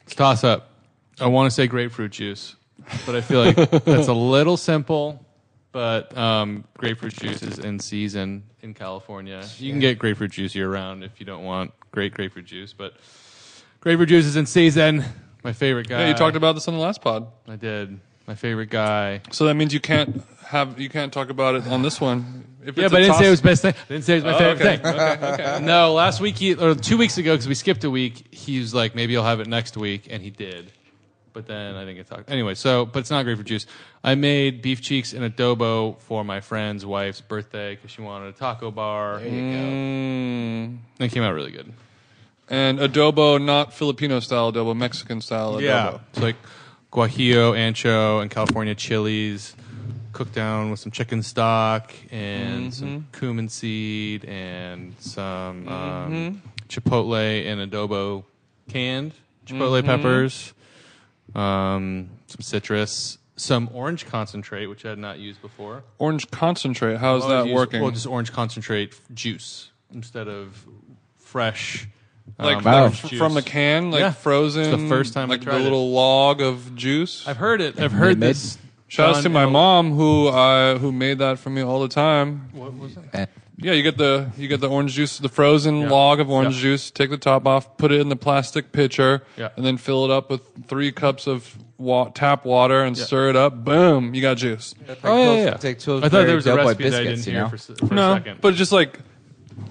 S5: It's toss up. I want to say grapefruit juice, but I feel like that's a little simple. But um, grapefruit juice is in season in California. You can get grapefruit juice year round if you don't want great grapefruit juice. But grapefruit juice is in season. My favorite guy.
S3: Yeah, you talked about this on the last pod.
S5: I did. My favorite guy.
S3: So that means you can't have you can't talk about it on this one. If
S5: Yeah,
S3: it's a
S5: but I didn't say it
S3: toss-
S5: was best thing. I didn't say it was my
S3: Oh,
S5: favorite
S3: okay.
S5: thing. No, last week he, or two weeks ago, because we skipped a week, he was like, maybe I'll have it next week, and he did. But then I didn't get talked. Anyway, so but it's not great for juice. I made beef cheeks and adobo for my friend's wife's birthday because she wanted a taco bar.
S4: There you go.
S3: Mm.
S5: And it came out really good.
S3: And adobo, not Filipino style adobo, Mexican style adobo.
S5: It's like guajillo, ancho, and California chilies cooked down with some chicken stock and some cumin seed and some um, chipotle and adobo canned chipotle peppers, um, some citrus, some orange concentrate, which I had not used before.
S3: Orange concentrate. How's
S5: Always
S3: that
S5: use-
S3: working?
S5: Oh, Well, just orange concentrate juice instead of fresh.
S3: like
S5: um,
S3: like
S5: orange
S3: f-
S5: juice.
S3: from the can, like
S5: Yeah.
S3: frozen.
S5: It's the first time I
S3: like
S5: tried
S3: the
S5: it.
S3: little log of juice.
S5: I've heard it. I've heard
S4: They made-
S5: this.
S3: Shout outs
S5: done
S3: to
S5: in
S3: my
S5: a-
S3: mom who uh, who made that for me all the time.
S4: Eh.
S3: Yeah, you get the you get the orange juice, the frozen
S5: Yeah.
S3: log of orange
S5: Yeah.
S3: juice. Take the top off, put it in the plastic pitcher,
S5: Yeah.
S3: and then fill it up with three cups of wa- tap water and stir it up. Boom, you got juice.
S5: Oh,
S4: Like
S5: yeah,
S4: Pillsbury-
S5: yeah, yeah.
S4: like Pillsbury
S5: I thought there was a
S4: Doughboy
S5: recipe that I
S4: biscuits,
S5: didn't
S4: you
S5: hear
S4: know?
S5: for, s- for a
S3: No,
S5: second.
S3: but just like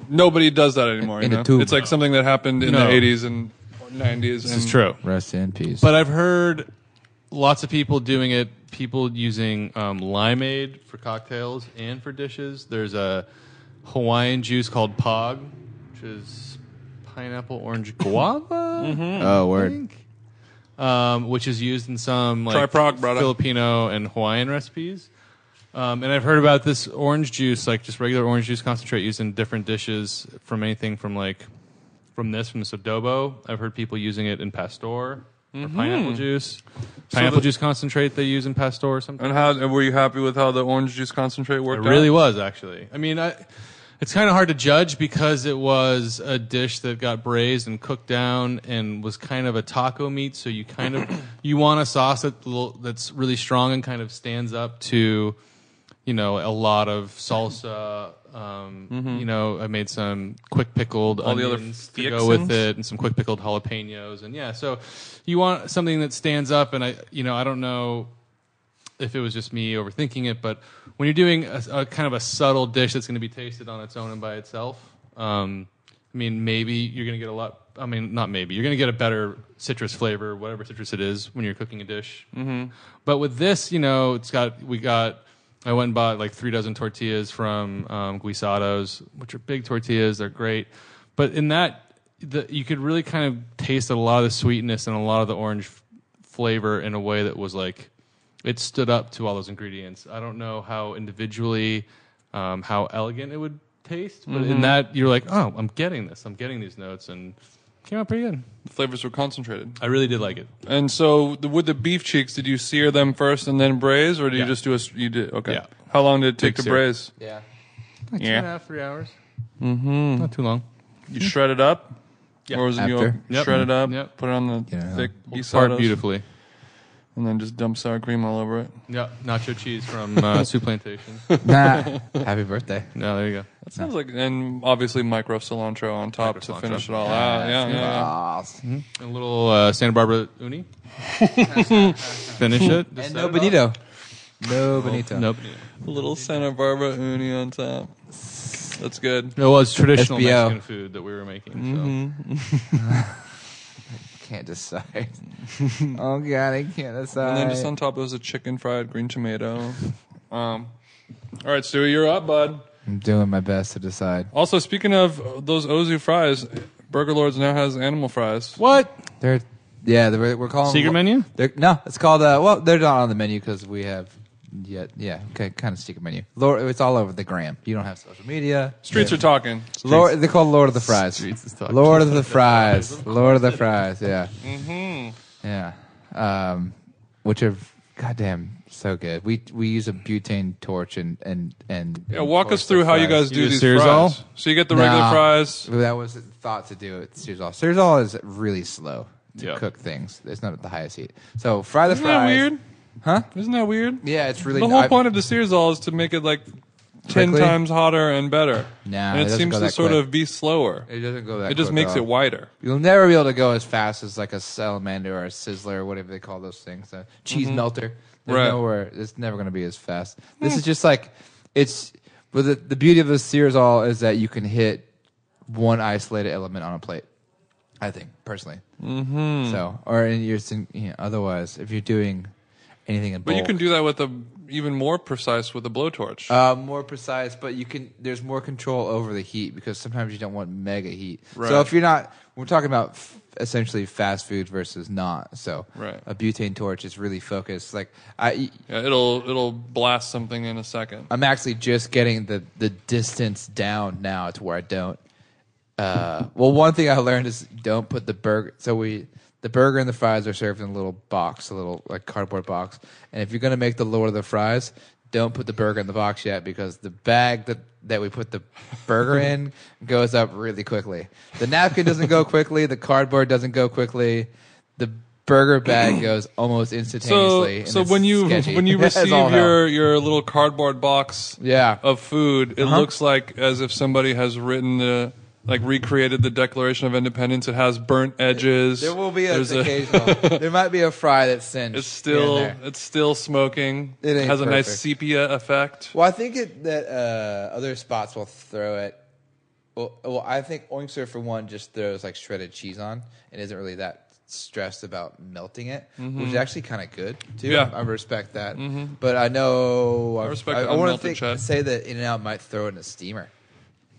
S3: nobody does that anymore.
S4: In
S3: you
S4: the
S3: know?
S4: tube.
S3: It's like something that happened in
S5: No.
S3: the '80s and '90s.
S5: this is true.
S4: Rest in peace.
S5: But I've heard lots of people doing it. People using um, limeade for cocktails and for dishes. There's a Hawaiian juice called Pog, which is pineapple orange guava,
S3: Mm.
S4: oh,
S5: I
S4: word.
S5: think, um, which is used in some
S3: Try
S5: like
S3: Pog, brother.
S5: Filipino and Hawaiian recipes. Um, and I've heard about this orange juice, like just regular orange juice concentrate used in different dishes from anything from like from this, from this adobo. I've heard people using it in pastor or pineapple juice. Pineapple
S3: Mm-hmm. the-
S5: juice concentrate they use in pastor sometimes.
S3: And how and were you happy with how the orange juice concentrate
S5: It
S3: worked?
S5: really
S3: out?
S5: was actually. I mean, I, it's kind of hard to judge because it was a dish that got braised and cooked down and was kind of a taco meat. So you kind of you want a sauce that l- that's really strong and kind of stands up to, you know, a lot of salsa. Um, You know, I made some quick pickled
S3: Mm-hmm. All the other
S5: onions to go with
S3: fixins?
S5: it and some quick pickled jalapenos and yeah. So you want something that stands up and I you know I don't know if it was just me overthinking it, but when you're doing a, a kind of a subtle dish that's going to be tasted on its own and by itself, um, I mean, maybe you're going to get a lot. I mean, not maybe you're going to get a better citrus flavor, whatever citrus it is, when you're cooking a dish. Mm-hmm. But with this, you know, it's got we got. I went and bought like three dozen tortillas from um, Guisados, which are big tortillas. They're great, but in that, the, you could really kind of taste a lot of the sweetness and a lot of the orange f- flavor in a way that was like it stood up to all those ingredients. I don't know how individually, um, how elegant it would taste, but in that you're like, oh, I'm getting this. I'm getting these notes, and it came out pretty good.
S3: The flavors were concentrated.
S5: I really did like it.
S3: And so the, with the beef cheeks, did you sear them first and then braise, or do you
S5: Yeah.
S3: just do a? s- You did okay.
S5: Yeah.
S3: How long did it take
S5: Big
S3: to
S5: sear.
S3: braise?
S4: yeah.
S5: Like
S3: Yeah.
S5: two and a half, three hours. Mm-hmm. Not too long.
S3: You shred it up,
S5: Yeah.
S3: or was it
S4: After.
S3: you
S5: Yep.
S3: shred it up,
S5: Yep.
S3: put it on the
S4: Yeah.
S3: thick
S5: Part
S3: guisados,
S5: beautifully.
S3: and then just dump sour cream all over it.
S5: Yeah, nacho cheese from uh, Sioux Plantation.
S4: Nah. Happy birthday.
S5: No, there you go.
S3: That sounds like, and obviously micro cilantro on top
S5: Micro
S3: to
S5: cilantro.
S3: finish it all out. Yeah, yeah, yeah.
S4: Boss.
S5: And a little uh, Santa Barbara uni. Finish it. Just
S4: And
S5: set
S4: no
S5: it
S4: Benito.
S3: Oh.
S4: No Benito.
S5: Up. Nope.
S3: A little Santa Barbara uni on top. That's good.
S5: It was traditional
S4: SBO.
S5: Mexican food that we were making. So.
S4: Mm-hmm. Can't decide. oh god, I can't decide.
S3: And then just on top, there was a chicken fried green tomato. Um, all right, Stewie, you're up, bud.
S4: I'm doing my best to decide.
S3: Also, speaking of uh, those Ozu fries, Burger Lords now has animal fries.
S5: What?
S4: They're yeah, they're, we're calling
S5: Secret menu?
S4: They're, no, it's called. Uh, well, they're not on the menu because we have yet. Yeah, okay, kind of secret menu. Lord, it's all over the gram. You don't have social media.
S3: Streets
S4: yeah.
S3: are talking.
S4: Lord, they're called Lord of the Fries.
S5: Streets is talking.
S4: Lord of the Fries. Lord of the Fries. Yeah. Mm-hmm. Yeah. Um, which are goddamn so good. We we use a butane torch and and and.
S3: Yeah, walk us through how you guys do
S5: You do
S3: these
S5: Searsol?
S3: fries. So you get the regular
S4: Nah.
S3: fries.
S4: That was the thought to do it. Searsol. Searsol is really slow to
S5: Yeah.
S4: cook things. It's not at the highest heat. So fry the
S3: Isn't that
S4: fries.
S3: weird?
S4: Huh?
S3: Isn't that weird?
S4: Yeah, it's really.
S3: The whole
S4: I-
S3: point of the Searsol is to make it like ten
S4: Quickly?
S3: times hotter and better.
S4: Nah, it
S3: and it
S4: doesn't
S3: seems
S4: go
S3: to
S4: that
S3: sort
S4: quick.
S3: of be slower.
S4: it doesn't go that.
S3: It just
S4: quick
S3: makes
S4: at
S3: it
S4: all.
S3: wider.
S4: You'll never be able to go as fast as like a salamander or a sizzler or whatever they call those things. A cheese melter. There's
S3: Mm-hmm. Right. Hmm.
S4: nowhere. It's never going to be as fast. This is just like it's. But the, the beauty of the Sears all is that you can hit one isolated element on a plate. I think personally. Mm-hmm. So, or in your sin- you know, otherwise, if you're doing anything in
S3: But you
S4: bulk-
S3: can do that with a even more precise with a blowtorch.
S4: Oh. uh, more precise, but you can. There's more control over the heat because sometimes you don't want mega heat.
S3: Right.
S4: So if you're not, we're talking about f- essentially fast food versus not. So
S3: Right.
S4: a butane torch is really focused. Like I,
S3: yeah, it'll it'll blast something in a second.
S4: I'm actually just getting the the distance down now to where I don't. Uh, well, one thing I learned is don't put the burger. So we the burger and the fries are served in a little box, a little like cardboard box. And if you're gonna make the Lord of the Fries, don't put the burger in the box yet because the bag that that we put the burger in goes up really quickly. The napkin doesn't go quickly. The cardboard doesn't go quickly. The burger bag goes almost instantaneously.
S3: So
S4: and
S3: so
S4: it's
S3: when you
S4: sketchy.
S3: when you
S4: It's
S3: receive
S4: all hell.
S3: your your little cardboard box
S4: Yeah. Uh-huh.
S3: of food, it looks like as if somebody has written the like recreated the Declaration of Independence. It has burnt edges.
S4: There will be a
S3: There's
S4: occasional. there might be a fry that's singed.
S3: It's
S4: here
S3: still
S4: and there.
S3: it's still smoking.
S4: It ain't
S3: has a nice
S4: perfect.
S3: sepia effect.
S4: Well, I think it, that uh, other spots will throw it. Well, well, I think Oinkster for one just throws like shredded cheese on and isn't really that stressed about melting it, which is actually kind of good too.
S3: Mm-hmm. Yeah. Mm-hmm.
S4: I respect that. But I know I
S3: respect
S4: I,
S3: the
S4: I want
S3: unmelted
S4: to
S3: Chad.
S4: say that In and Out might throw it in a steamer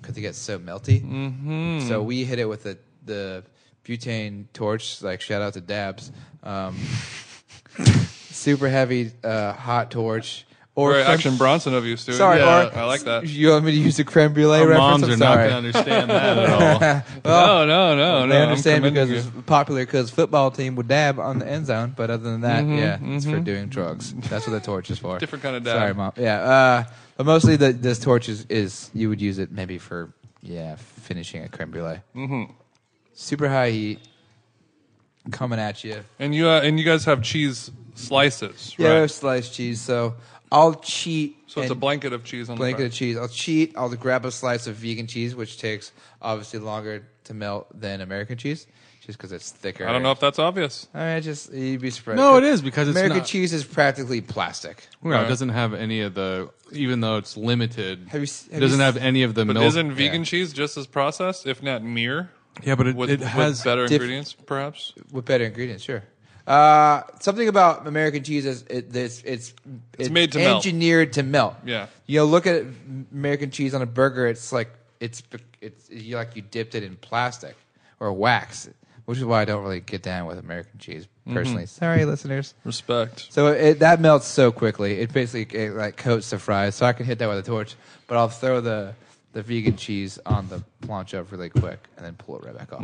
S4: because it gets so melty. Mm-hmm. So we hit it with the the butane torch. Like shout out to Dabs. Um, super heavy uh, hot torch. Or
S3: Very
S4: some-
S3: action Bronson of you, Stuart.
S4: Sorry,
S5: Yeah.
S4: or
S3: I like that.
S4: You want me to use the creme brulee
S5: Our
S4: reference?
S5: moms
S4: I'm
S5: are not
S4: sorry.
S5: going to understand that at all.
S3: No, no, no, no.
S4: Oh. they
S3: I'm
S4: understand
S3: commending
S4: because
S3: you.
S4: it's popular because football team would dab on the end zone, but other than that, yeah, it's for doing drugs. That's what the torch is for.
S3: Mm-hmm, Different kind of dab.
S4: Sorry, mom. Yeah, uh, but mostly the, this torch is, is you would use it maybe for yeah finishing a creme brulee. Mm-hmm. Super high heat coming at you.
S3: and you uh, and you guys have cheese slices,
S4: Yeah, we
S3: right?
S4: have sliced cheese, so I'll cheat.
S3: so it's a
S4: and-
S3: blanket of cheese on
S4: blanket
S3: the
S4: of cheese. I'll cheat. I'll grab a slice of vegan cheese, which takes obviously longer to melt than American cheese, just because it's thicker.
S3: I don't know if that's obvious.
S4: I mean, I just you'd be surprised.
S5: No, it is, because it's
S4: American
S5: not-
S4: cheese is practically plastic.
S5: No, it doesn't have any of the, even though it's limited,
S4: Have you s- have
S5: it doesn't
S4: you s-
S5: have any of the
S3: But
S5: milk.
S3: isn't vegan cheese just as processed, if not mere?
S5: yeah, but it,
S3: With,
S5: it
S3: with
S5: has
S3: better
S4: diff-
S3: ingredients, perhaps.
S4: With better ingredients, sure. Uh, something about American cheese is it, it's, it's it's
S3: made to melt.
S4: engineered to melt.
S3: Yeah.
S4: you know, look at American cheese on a burger. It's like it's it's you like you dipped it in plastic or wax, which is why I don't really get down with American cheese
S3: Mm-hmm.
S4: personally. Sorry, listeners.
S3: Respect.
S4: So it, that melts so quickly. It basically it like coats the fries. So I can hit that with a torch, but I'll throw the the vegan cheese on the plancha really quick and then pull it right back off.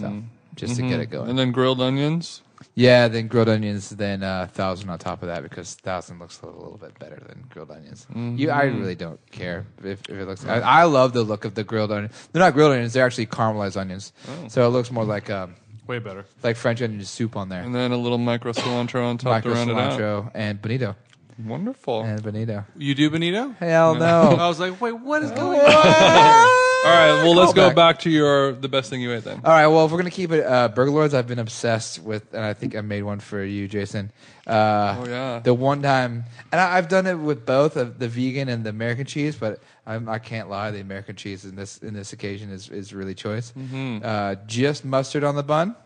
S4: So just to get it going.
S3: Mm. Mm-hmm. And then grilled onions.
S4: yeah, then grilled onions, then uh, thousand on top of that because thousand looks a little bit better than grilled onions. You, I
S3: Mm-hmm.
S4: really don't care if, if it looks. I, I love the look of the grilled onion. They're not grilled onions; they're actually caramelized onions.
S3: Oh.
S4: So it looks more like um,
S5: way better.
S4: like French onion soup on there.
S3: And then a little micro cilantro on top
S4: Micro
S3: to round it out. Oh.
S4: cilantro and bonito
S3: Wonderful.
S4: and bonito.
S5: You do, Benito?
S4: Hell
S5: I
S4: no.
S5: was like, wait, what is going on?
S3: All right. Well, let's
S4: Callback.
S3: go back to your the best thing you ate then.
S4: All right. Well, if we're gonna keep it uh, Burger Lords, I've been obsessed with, and I think I made one for you, Jason. Uh,
S3: Oh, yeah.
S4: The one time, and I, I've done it with both of the vegan and the American cheese, but I'm, I can't lie, the American cheese in this in this occasion is is really choice.
S3: Mm-hmm.
S4: Uh, just mustard on the bun,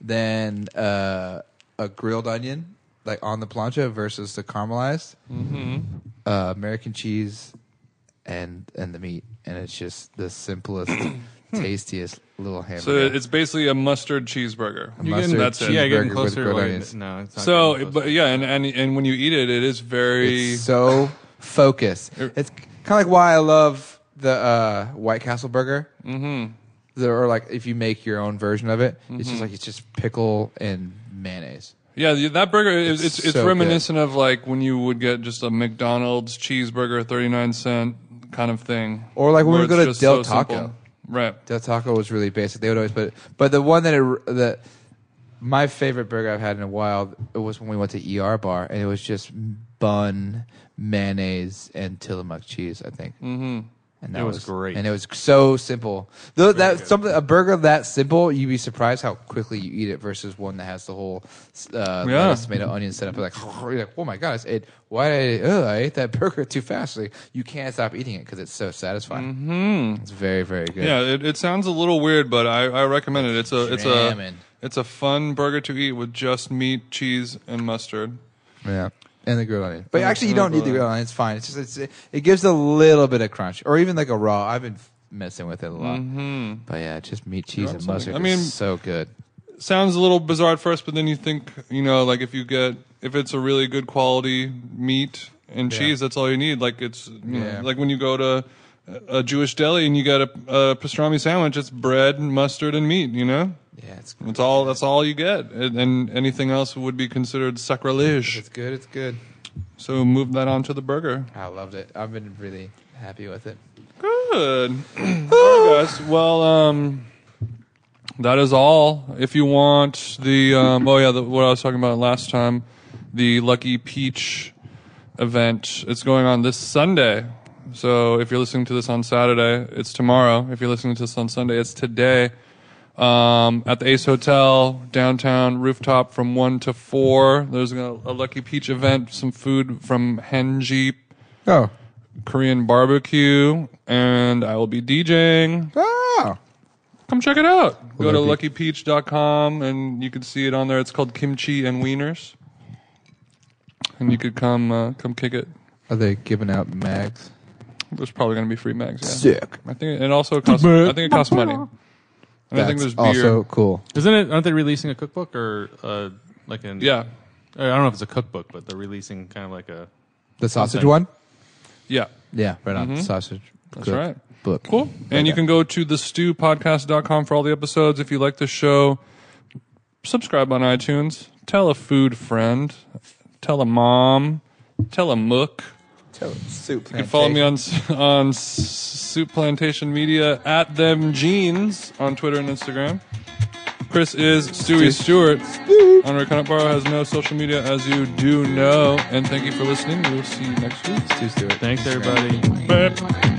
S4: then uh, a grilled onion like on the plancha versus the caramelized uh, American cheese and and the meat, and it's just the simplest, tastiest little
S3: So
S4: hamburger.
S3: it's basically a mustard cheeseburger.
S4: You Mustard
S5: You're
S3: That's
S5: getting-
S3: it.
S5: Yeah,
S4: cheeseburger
S5: getting
S4: with
S5: closer.
S4: grilled
S5: or-
S4: onions.
S5: no, it's not
S3: So,
S5: getting
S3: but
S5: closer.
S3: yeah, and, and and when you eat it, it is very Er
S4: It's so focused. It's kind of like why I love the uh, White Castle burger. Mm-hmm. The, or like if you make your own version of it, it's
S3: Mm-hmm.
S4: just like it's just pickle and mayonnaise.
S3: yeah. the- That burger is it's
S4: It's
S3: it's,
S4: so
S3: reminiscent of like when you would get just a McDonald's cheeseburger, thirty nine cent kind of thing,
S4: Or like when
S3: where
S4: we
S3: it's
S4: go to
S3: just
S4: Del
S3: so
S4: Taco.
S3: simple. right?
S4: Del Taco was really basic. They would always put, but the one that it, that my favorite burger I've had in a while it was when we went to ER Bar, and it was just bun, mayonnaise, and Tillamook cheese. I think. Mm-hmm. And that
S5: It was great.
S4: and it was so simple. Though that something a burger that simple, you'd be surprised how quickly you eat it versus one that has the whole uh,
S3: Yeah.
S4: lettuce, tomato, onion set up. Like you're like, oh my god, I ate, why did I, ugh, I ate that burger too fast? Like, you can't stop eating it because it's so satisfying. It's very very good.
S3: Yeah, it, it sounds a little weird, but I, I recommend it. It's a it's a
S4: Jamming.
S3: it's a fun burger to eat with just meat, cheese, and mustard.
S4: Yeah. And the grilled onion, Mm-hmm. but
S3: Yeah,
S4: actually you
S3: and the
S4: don't need the
S3: grilled
S4: grilled onion. It's fine. It's just it's, it, it gives a little bit of crunch, or even like a raw. I've been f- messing with it a lot, but yeah, just meat, cheese, and
S3: something-
S4: mustard.
S3: I
S4: I
S3: mean-
S4: mean, so good.
S3: Sounds a little bizarre at first, but then you think you know, like if you get if it's a really good quality meat and cheese, that's all you need. Like it's you know,
S4: Yeah.
S3: like when you go to a Jewish deli and you get a, a pastrami sandwich, it's bread, mustard, and meat. You know,
S4: Yeah, it's good.
S3: that's all that's all you get, and, and anything else would be considered sacrilege.
S4: It's good. It's good.
S3: So move that on to the burger.
S4: I loved it. I've been really happy with it.
S3: Good. all right, guys. Well, um, that is all. If you want the, um, oh yeah, the, what I was talking about last time, the Lucky Peach event. It's going on this Sunday. So if you're listening to this on Saturday, it's tomorrow. If you're listening to this on Sunday, it's today. Um, at the Ace Hotel downtown, rooftop from one to four. There's a, a Lucky Peach event, some food from Henji
S4: Oh,
S3: Korean barbecue, and I will be DJing.
S1: Oh.
S4: ah,
S3: Come check it out. Go
S4: Will
S3: to
S4: there
S3: luckypeach.com and you can see it on there. It's called Kimchi and Wieners, and you could come uh, come kick it.
S4: are they giving out mags?
S3: There's probably gonna be free mags. Yeah.
S4: Sick.
S3: I think it also costs. I think it costs money. And I think there's
S4: That's
S3: beer.
S4: also cool.
S5: Isn't it? Aren't they releasing a cookbook or uh, like an?
S3: yeah,
S5: I don't know if it's a cookbook, but they're releasing kind of like a.
S4: The sausage
S5: Something.
S4: one.
S3: yeah,
S4: Yeah, right on sausage. That's
S3: right.
S4: Book.
S3: cool. And you can go to thestewpodcast.com for all the episodes. If you like the show, subscribe on iTunes. Tell a food friend. Tell a mom. Tell a mook.
S4: soup.
S3: You can follow me on on Soup Plantation Media at them jeans on Twitter and Instagram. Chris is Stewie Stewart. Andre Conoparo has no social media, as you do know. And thank you for listening. We will see you next week.
S4: Thanks,
S5: Thanks, everybody.
S3: Bye.